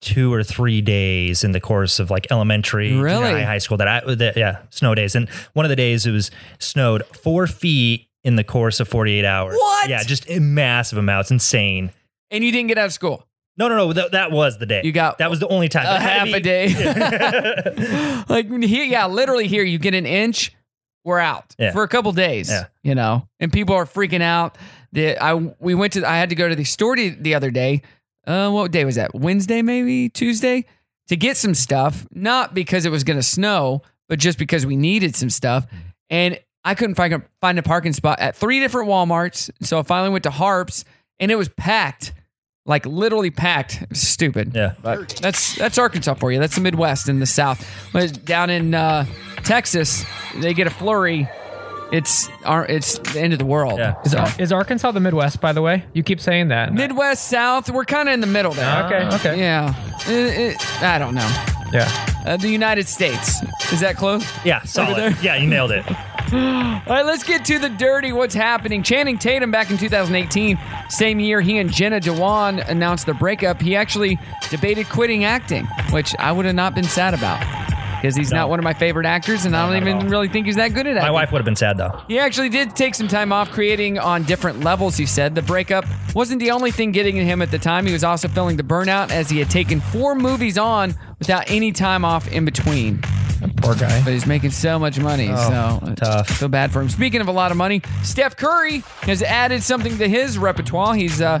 [SPEAKER 6] two or three days in the course of like elementary, junior
[SPEAKER 1] Really?
[SPEAKER 6] high, high school that I that, yeah snow days. And one of the days it was snowed four feet in the course of forty eight hours.
[SPEAKER 1] What?
[SPEAKER 6] Yeah, just a massive amounts, insane.
[SPEAKER 1] And you didn't get out of school.
[SPEAKER 6] No, no, no. That, that was the day. You
[SPEAKER 1] got
[SPEAKER 6] that was the only time.
[SPEAKER 1] a
[SPEAKER 6] It had
[SPEAKER 1] half
[SPEAKER 6] to
[SPEAKER 1] a
[SPEAKER 6] be-
[SPEAKER 1] day. like here, yeah, literally here, you get an inch, we're out
[SPEAKER 6] Yeah.
[SPEAKER 1] for a couple days.
[SPEAKER 6] Yeah.
[SPEAKER 1] You know, and people are freaking out. The I we went to I had to go to the store the, the other day. Uh, what day was that? Wednesday, maybe Tuesday, to get
[SPEAKER 6] Mm-hmm.
[SPEAKER 1] some stuff. Not because it was going to snow, but just because we needed some stuff. And I couldn't find find a parking spot at three different WalMarts, so I finally went to Harps, and it was packed, like literally packed. Stupid. Yeah, but that's that's Arkansas for you. That's the Midwest and the South. But down in uh, Texas, they get a flurry. It's our it's the end of the world.
[SPEAKER 7] Is, is Arkansas the Midwest, by the way? You keep saying that.
[SPEAKER 1] Midwest, South, we're kind of in the middle there.
[SPEAKER 7] Okay, okay.
[SPEAKER 1] Yeah. Eh, eh, I don't know.
[SPEAKER 7] Yeah.
[SPEAKER 1] Uh, the United States. Is that close?
[SPEAKER 6] Yeah, solid. Yeah, you nailed it.
[SPEAKER 1] All right, let's get to the dirty. What's happening? Channing Tatum back in 2018, same year he and Jenna Dewan announced their breakup. He actually debated quitting acting, which I would have not been sad about because he's not one of my favorite actors, and I don't even really think he's that good at acting.
[SPEAKER 6] My wife would have been sad though.
[SPEAKER 1] He actually did take some time off creating on different levels, he said. The breakup wasn't the only thing getting at him at the time. He was also feeling the burnout as he had taken four movies on without any time off in between.
[SPEAKER 7] Poor guy.
[SPEAKER 1] But he's making so much money,
[SPEAKER 7] Oh,
[SPEAKER 1] so tough. feel bad for him. Speaking of a lot of money, Steph Curry has added something to his repertoire. He's uh,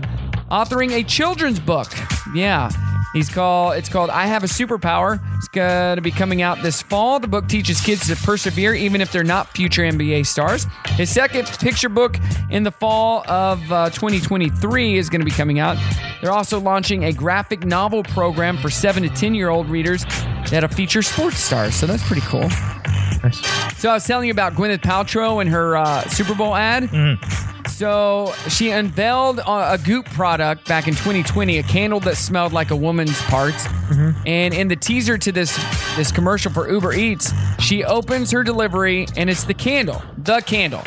[SPEAKER 1] authoring a children's book. Yeah. He's called. It's called "I Have a Superpower." It's going to be coming out this fall. The book teaches kids to persevere even if they're not future NBA stars. His second picture book in the fall of uh, 2023 is going to be coming out. They're also launching a graphic novel program for seven to ten year old readers that'll feature sports stars. So that's pretty cool. So I was telling you about Gwyneth Paltrow and her uh, Super Bowl ad. So she unveiled a, a Goop product back in 2020, a candle that smelled like a woman's parts. And in the teaser to this this commercial for Uber Eats, she opens her delivery and it's the candle, the candle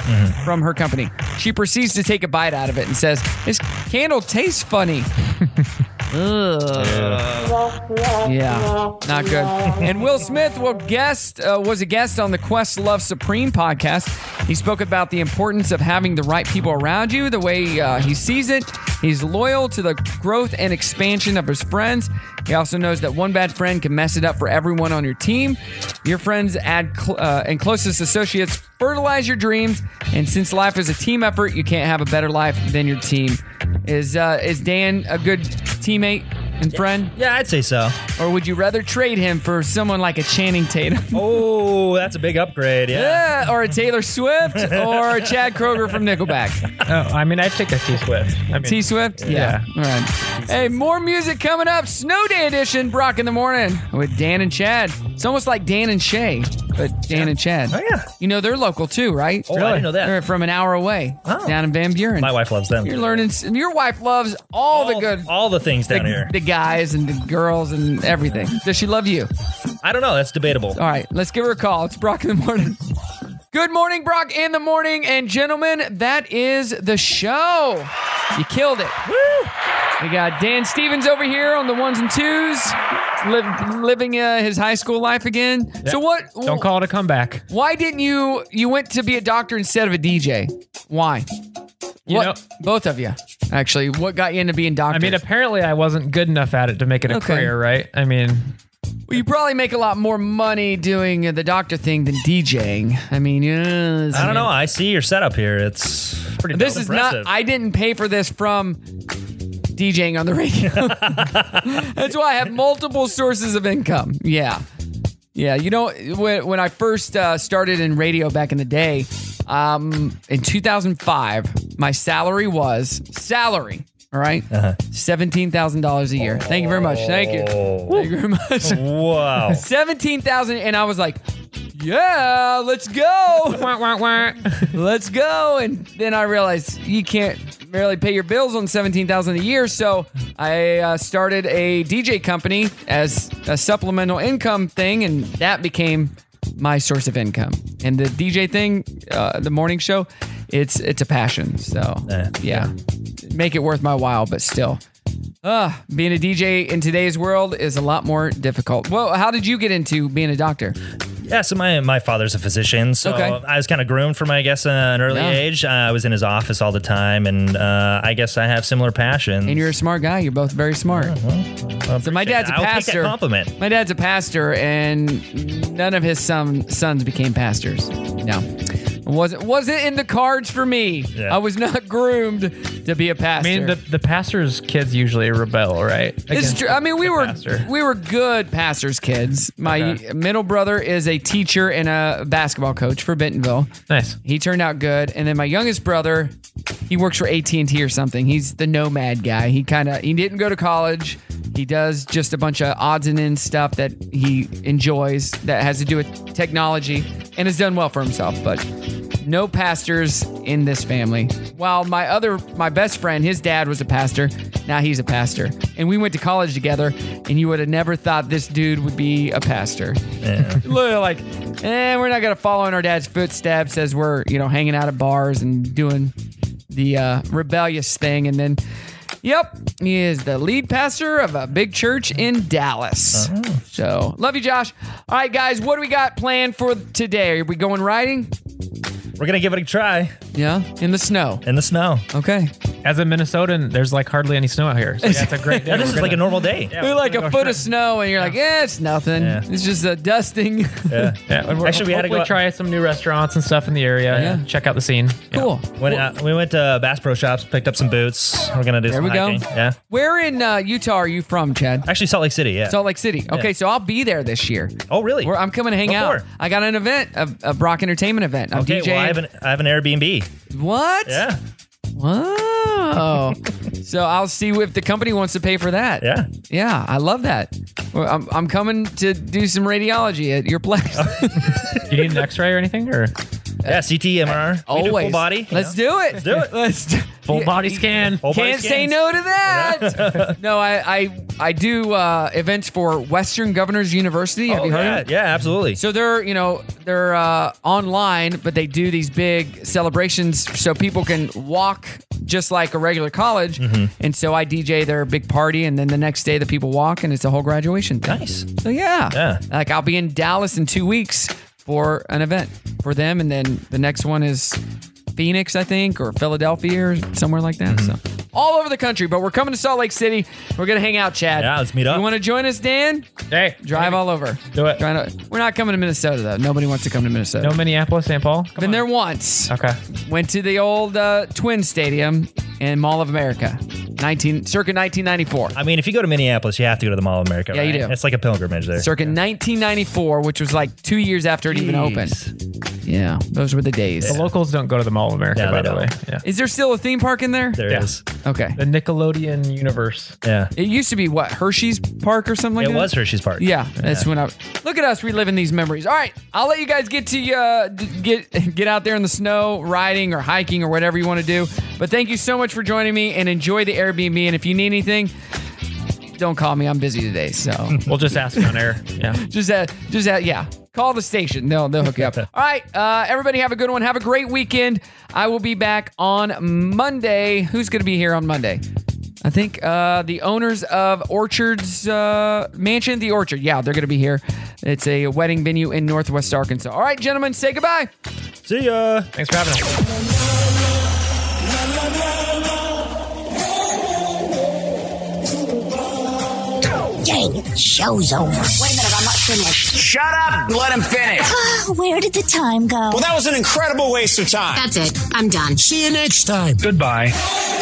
[SPEAKER 1] from her company. She proceeds to take a bite out of it and says, "This candle tastes funny." Ugh. Yeah, not good. And Will Smith will guest uh, was a guest on the Quest Love Supreme podcast. He spoke about the importance of having the right people around you, the way uh, he sees it. He's loyal to the growth and expansion of his friends. He also knows that one bad friend can mess it up for everyone on your team. Your friends add cl- uh, and closest associates fertilize your dreams. And since life is a team effort, you can't have a better life than your team. Is uh, is Dan a good teammate and friend?
[SPEAKER 6] Yeah, I'd say so.
[SPEAKER 1] Or would you rather trade him for someone like a Channing Tatum?
[SPEAKER 6] Oh, that's a big upgrade. Yeah.
[SPEAKER 1] Yeah, or a Taylor Swift or a Chad Kroger from Nickelback.
[SPEAKER 7] Oh, I mean, I'd take a T Swift. I mean,
[SPEAKER 1] T Swift? Yeah. All right. Hey, more music coming up. Snow Day edition, Brock in the morning with Dan and Chad. It's almost like Dan and Shay, but Dan and Chad. Oh, yeah. You know, they're local too, right?
[SPEAKER 6] Oh, I didn't Really? know that. Oh.
[SPEAKER 1] They're from an hour away down in Van Buren.
[SPEAKER 6] My wife loves them.
[SPEAKER 1] You're learning. Your wife loves all, the good,
[SPEAKER 6] all the things down
[SPEAKER 1] the,
[SPEAKER 6] here.
[SPEAKER 1] the guys and the girls and everything. Does she love you?
[SPEAKER 6] I don't know. That's debatable.
[SPEAKER 1] All right, let's give her a call. It's Brock in the morning. Good morning, Brock in the morning, and gentlemen, that is the show. You killed it. Woo! We got Dan Stevens over here on the ones and twos, liv- living uh, his high school life again. So what?
[SPEAKER 7] Don't call it a comeback.
[SPEAKER 1] Why didn't you? You went to be a doctor instead of a DJ. Why?
[SPEAKER 7] You
[SPEAKER 1] what?
[SPEAKER 7] know-
[SPEAKER 1] both of you, actually. What got you into being doctors?
[SPEAKER 7] I mean, apparently I wasn't good enough at it to make it a
[SPEAKER 1] Okay.
[SPEAKER 7] career, right? I mean,
[SPEAKER 1] Well, you probably make a lot more money doing uh, the doctor thing than DJing. I mean, yes,
[SPEAKER 6] I don't know. I see your setup here. It's pretty.
[SPEAKER 1] This is
[SPEAKER 6] impressive.
[SPEAKER 1] not. I didn't pay for this from DJing on the radio. That's why I have multiple sources of income. Yeah, yeah. You know, when when I first uh, started in radio back in the day, um, in 2005, my salary was salary. All right, seventeen thousand dollars a year. Thank you very much. Thank you. Thank you very much.
[SPEAKER 6] Wow.
[SPEAKER 1] seventeen thousand, and I was like, yeah, let's go. let's go. And then I realized you can't really pay your bills on 17,000 a year. So I uh, started a DJ company as a supplemental income thing. And that became my source of income. And the DJ thing, uh, the morning show, it's, it's a passion. So yeah, make it worth my while, but still. Uh, being a DJ in today's world is a lot more difficult. Well, how did you get into being a doctor?
[SPEAKER 6] Yeah, so my, my father's a physician, so
[SPEAKER 1] Okay.
[SPEAKER 6] I was kind of groomed from, I guess, uh, an early
[SPEAKER 1] Yeah.
[SPEAKER 6] age. Uh, I was in his office all the time, and uh, I guess I have similar passions.
[SPEAKER 1] And you're a smart guy. You're both very smart. so my dad's a
[SPEAKER 6] that. Uh-huh. I will take that
[SPEAKER 1] pastor.
[SPEAKER 6] compliment.
[SPEAKER 1] My dad's a pastor, and none of his son, sons became pastors. No. Was it was it in the cards for me? I was not groomed to be a pastor.
[SPEAKER 7] I mean, the, the pastor's kids usually rebel, right?
[SPEAKER 1] It's
[SPEAKER 7] Against
[SPEAKER 1] true. I mean, we
[SPEAKER 7] the
[SPEAKER 1] were
[SPEAKER 7] pastor.
[SPEAKER 1] we were good pastors' kids. My middle brother is a teacher and a basketball coach for Bentonville.
[SPEAKER 7] Nice.
[SPEAKER 1] He turned out good. And then my youngest brother, he works for AT and T or something. He's the nomad guy. He kind of he didn't go to college. He does just a bunch of odds and ends stuff that he enjoys that has to do with technology and has done well for himself. But no pastors in this family. While my other, my best friend, his dad was a pastor. Now he's a pastor, and we went to college together. And you would have never thought this dude would be a pastor. Literally like, eh, we're not gonna follow in our dad's footsteps as we're you know hanging out at bars and doing the uh, rebellious thing, and then. Yep, he is the lead pastor of a big church in Dallas. So, love you, Josh. All right, guys, what do we got planned for today? Are we going riding?
[SPEAKER 6] We're gonna give it a try.
[SPEAKER 1] Yeah, in the snow.
[SPEAKER 6] In the snow.
[SPEAKER 1] Okay.
[SPEAKER 7] As a Minnesotan, there's like hardly any snow out here. So yeah, it's a great day.
[SPEAKER 6] Yeah, this
[SPEAKER 7] We're
[SPEAKER 6] is like
[SPEAKER 7] gonna-
[SPEAKER 6] a normal day.
[SPEAKER 1] We're like a foot of snow, and you're like, yeah, it's nothing. It's just a dusting.
[SPEAKER 6] Yeah.
[SPEAKER 7] Yeah, and we're
[SPEAKER 6] Actually, we had to
[SPEAKER 7] hopefully
[SPEAKER 6] go-
[SPEAKER 7] try some new restaurants and stuff in the area.
[SPEAKER 6] Yeah.
[SPEAKER 7] and Check out the scene.
[SPEAKER 1] Cool.
[SPEAKER 6] When, uh, we went to Bass Pro Shops, picked up some boots. We're gonna do
[SPEAKER 1] There
[SPEAKER 6] some
[SPEAKER 1] we go.
[SPEAKER 6] hiking. Yeah.
[SPEAKER 1] Where in uh, Utah are you from, Chad?
[SPEAKER 6] Actually, Salt Lake City. Yeah.
[SPEAKER 1] Salt Lake City. Okay, so I'll be there this year.
[SPEAKER 6] Oh, really?
[SPEAKER 1] I'm coming to hang
[SPEAKER 6] What
[SPEAKER 1] out.
[SPEAKER 6] for?
[SPEAKER 1] I got an event, a, a Brock Entertainment event. I'm
[SPEAKER 6] okay.
[SPEAKER 1] DJing.
[SPEAKER 6] Well, I have an I have an Airbnb.
[SPEAKER 1] What?
[SPEAKER 6] Yeah.
[SPEAKER 1] Wow. so I'll see if the company wants to pay for that.
[SPEAKER 6] Yeah.
[SPEAKER 1] Yeah, I love that. Well, I'm, I'm coming to do some radiology at your place.
[SPEAKER 7] Do you need an X-ray or anything? Or
[SPEAKER 6] Yeah. CT, MR. We do
[SPEAKER 1] Always.
[SPEAKER 6] Full body. you
[SPEAKER 1] Let's
[SPEAKER 6] know?
[SPEAKER 1] do it.
[SPEAKER 6] Let's do it.
[SPEAKER 1] Let's do
[SPEAKER 7] Full body scan.
[SPEAKER 6] Full body
[SPEAKER 1] Can't say
[SPEAKER 6] scans.
[SPEAKER 1] no to that. no, I I, I do uh, events for Western Governors University. Have
[SPEAKER 6] Oh,
[SPEAKER 1] you heard
[SPEAKER 6] yeah,
[SPEAKER 1] of it?
[SPEAKER 6] yeah, absolutely.
[SPEAKER 1] So they're you know they're uh, online, but they do these big celebrations so people can walk just like a regular college.
[SPEAKER 6] Mm-hmm.
[SPEAKER 1] And so I DJ their big party, and then the next day the people walk, and it's a whole graduation. Thing.
[SPEAKER 6] Nice.
[SPEAKER 1] So yeah,
[SPEAKER 6] Yeah.
[SPEAKER 1] Like I'll be in Dallas in two weeks for an event for them, and then the next one is Phoenix, I think, or Philadelphia, or somewhere like that.
[SPEAKER 6] Mm-hmm.
[SPEAKER 1] So all over the country, but we're coming to Salt Lake City. We're gonna hang out, Chad.
[SPEAKER 6] Yeah, let's meet up.
[SPEAKER 1] You want to join us, Dan?
[SPEAKER 7] Hey,
[SPEAKER 1] drive all over.
[SPEAKER 7] Do it.
[SPEAKER 1] Trying to, we're not coming to Minnesota though. Nobody wants to come to Minnesota.
[SPEAKER 7] No Minneapolis, St. Paul.
[SPEAKER 1] Been there once.
[SPEAKER 7] Okay.
[SPEAKER 1] Went to the old uh, Twin Stadium in Mall of America, nineteen circa nineteen ninety four.
[SPEAKER 6] I mean, if you go to Minneapolis, you have to go to the Mall of America.
[SPEAKER 1] Yeah, you
[SPEAKER 6] right?
[SPEAKER 1] do.
[SPEAKER 6] It's like a pilgrimage there.
[SPEAKER 1] Circa 1994, which was like two years after it even opened. Yeah, those were the days.
[SPEAKER 7] The locals don't go to the Mall of America,
[SPEAKER 6] Yeah,
[SPEAKER 7] by
[SPEAKER 6] they
[SPEAKER 7] the way.
[SPEAKER 6] don't.
[SPEAKER 7] Yeah.
[SPEAKER 1] Is there still a theme park in there?
[SPEAKER 6] There
[SPEAKER 7] Yeah.
[SPEAKER 6] is.
[SPEAKER 1] Okay.
[SPEAKER 7] The Nickelodeon universe.
[SPEAKER 6] Yeah.
[SPEAKER 1] It used to be what Hershey's Park or something like
[SPEAKER 6] It
[SPEAKER 1] that.
[SPEAKER 6] was Hershey's Park.
[SPEAKER 1] Yeah, that's
[SPEAKER 6] Yeah.
[SPEAKER 1] when I look at us reliving these memories. All right, I'll let you guys get to uh, d- get get out there in the snow, riding or hiking or whatever you want to do. But thank you so much for joining me and enjoy the Airbnb. And if you need anything, don't call me. I'm busy today, so
[SPEAKER 7] We'll just ask on air. Yeah.
[SPEAKER 1] just that, just that, yeah. Call the station. They'll they'll hook you up. All right, uh, everybody, have a good one. Have a great weekend. I will be back on Monday. Who's going to be here on Monday? I think uh, the owners of Orchards uh, Mansion, at the Orchard. Yeah, they're going to be here. It's a wedding venue in Northwest Arkansas. All right, gentlemen, say goodbye.
[SPEAKER 6] See ya.
[SPEAKER 7] Thanks for having us.
[SPEAKER 8] Dang it, the show's over. Wait a minute, I'm not finished. Shut up and let him finish. Ah, Where did the time go?
[SPEAKER 4] Well, that was an incredible waste of time.
[SPEAKER 8] That's it. I'm done.
[SPEAKER 4] See you next time. Goodbye.